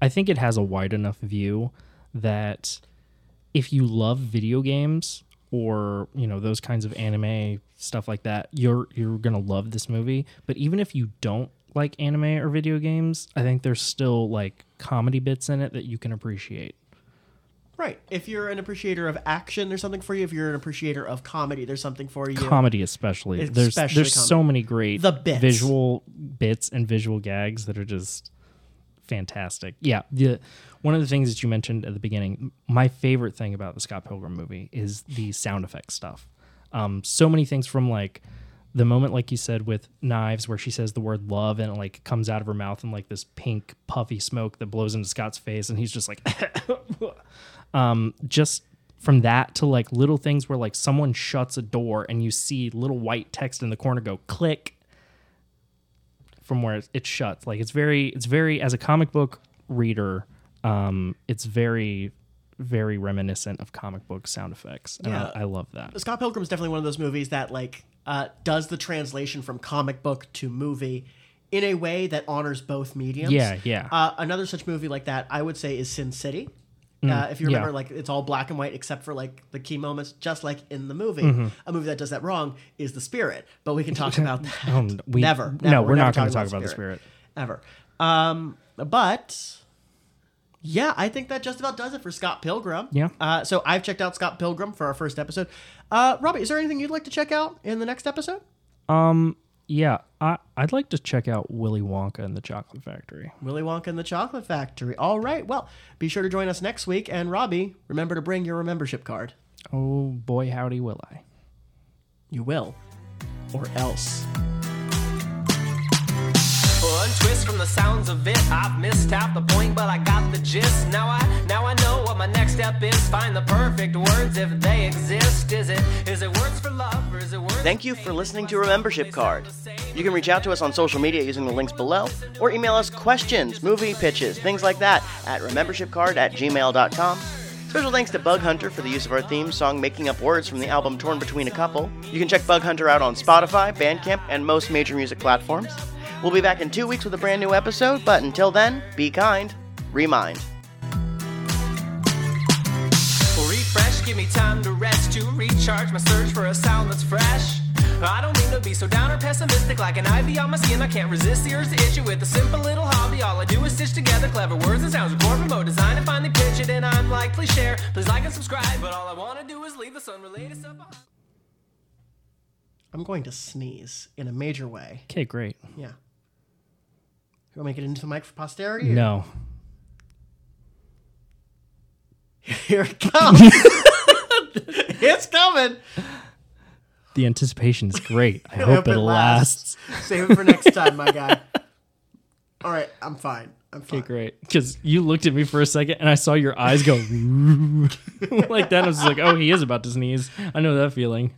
C: I think it has a wide enough view that if you love video games or you know those kinds of anime stuff like that, you're you're gonna love this movie. But even if you don't like anime or video games, I think there's still like comedy bits in it that you can appreciate.
B: right. If you're an appreciator of action, there's something for you. If you're an appreciator of comedy, there's something for you.
C: comedy especially. there's
B: Especially
C: there's so
B: comedy.
C: many great
B: The bits.
C: visual bits and visual gags that are just fantastic. Yeah, the one of the things that you mentioned at the beginning, my favorite thing about the Scott Pilgrim movie is the sound effects stuff. Um, so many things from like the moment, like you said, with knives, where she says the word love and it like comes out of her mouth and like this pink puffy smoke that blows into Scott's face, and he's just like, um, just from that to like little things where like someone shuts a door and you see little white text in the corner go click from where it- it shuts like it's very it's very as a comic book reader um it's very very reminiscent of comic book sound effects and
B: Yeah.
C: I, I love that
B: Scott Pilgrim is definitely one of those movies that like uh, does the translation from comic book to movie in a way that honors both mediums.
C: Yeah, yeah.
B: Uh, another such movie like that, I would say, is Sin City. uh, if you
C: Mm, yeah.
B: remember, like it's all black and white except for like the key moments, just like in the movie.
C: Mm-hmm.
B: A movie that does that wrong is The Spirit, but we can talk about that.
C: Um, we-
B: never,
C: no,
B: never,
C: we're
B: never
C: not gonna
B: talking
C: talk about The Spirit.
B: ever. Um, but yeah, I think that just about does it for Scott Pilgrim.
C: Yeah.
B: Uh, so I've checked out Scott Pilgrim for our first episode. Uh, Robbie, is there anything you'd like to check out in the next episode?
C: yeah i i'd like to check out willy wonka and the chocolate factory
B: Willy Wonka and the Chocolate Factory. All right. Well, be sure to join us next week. And Robbie, remember to bring your membership card.
C: oh boy howdy will i
B: You will, or else.
D: Untwist from the sounds of it. I've missed half the point, but I got the gist. Now I now I know what my next step is. Find the perfect words if they exist. Is it is it words for love or is it words?
A: Thank you for listening to Remembership Card. You can reach out to us on social media using the links below, or email us questions, movie pitches, things like that at remembershipcard at gmail.com. Special thanks to Bug Hunter for the use of our theme song Making Up Words from the album Torn Between a Couple. You can check Bug Hunter out on Spotify, Bandcamp, and most major music platforms. We'll be back in two weeks with a brand new episode, but until then, be kind, remind.
D: Refresh, give me time to rest to recharge my search for a sound that's fresh. I don't mean to be so down or pessimistic like an ivy on my skin. I can't resist the urge to issue with a simple little hobby. All I do is stitch together clever words and sounds, record, promote, design, and finally pitch it. And I'm like, please share, please like and subscribe. But all I wanna do is leave this unrelated stuff behind.
B: I'm going to sneeze in a major way.
C: okay great
B: Yeah. You want me to get into the mic for posterity?
C: no
B: Here it comes. it's coming.
C: the anticipation is great i hope it lasts.
B: Save it for next time, my guy. All right, I'm fine. I'm fine.
C: Okay, great. Because you looked at me for a second, and I saw your eyes go like that. and I was just like, "Oh, he is about to sneeze." I know that feeling.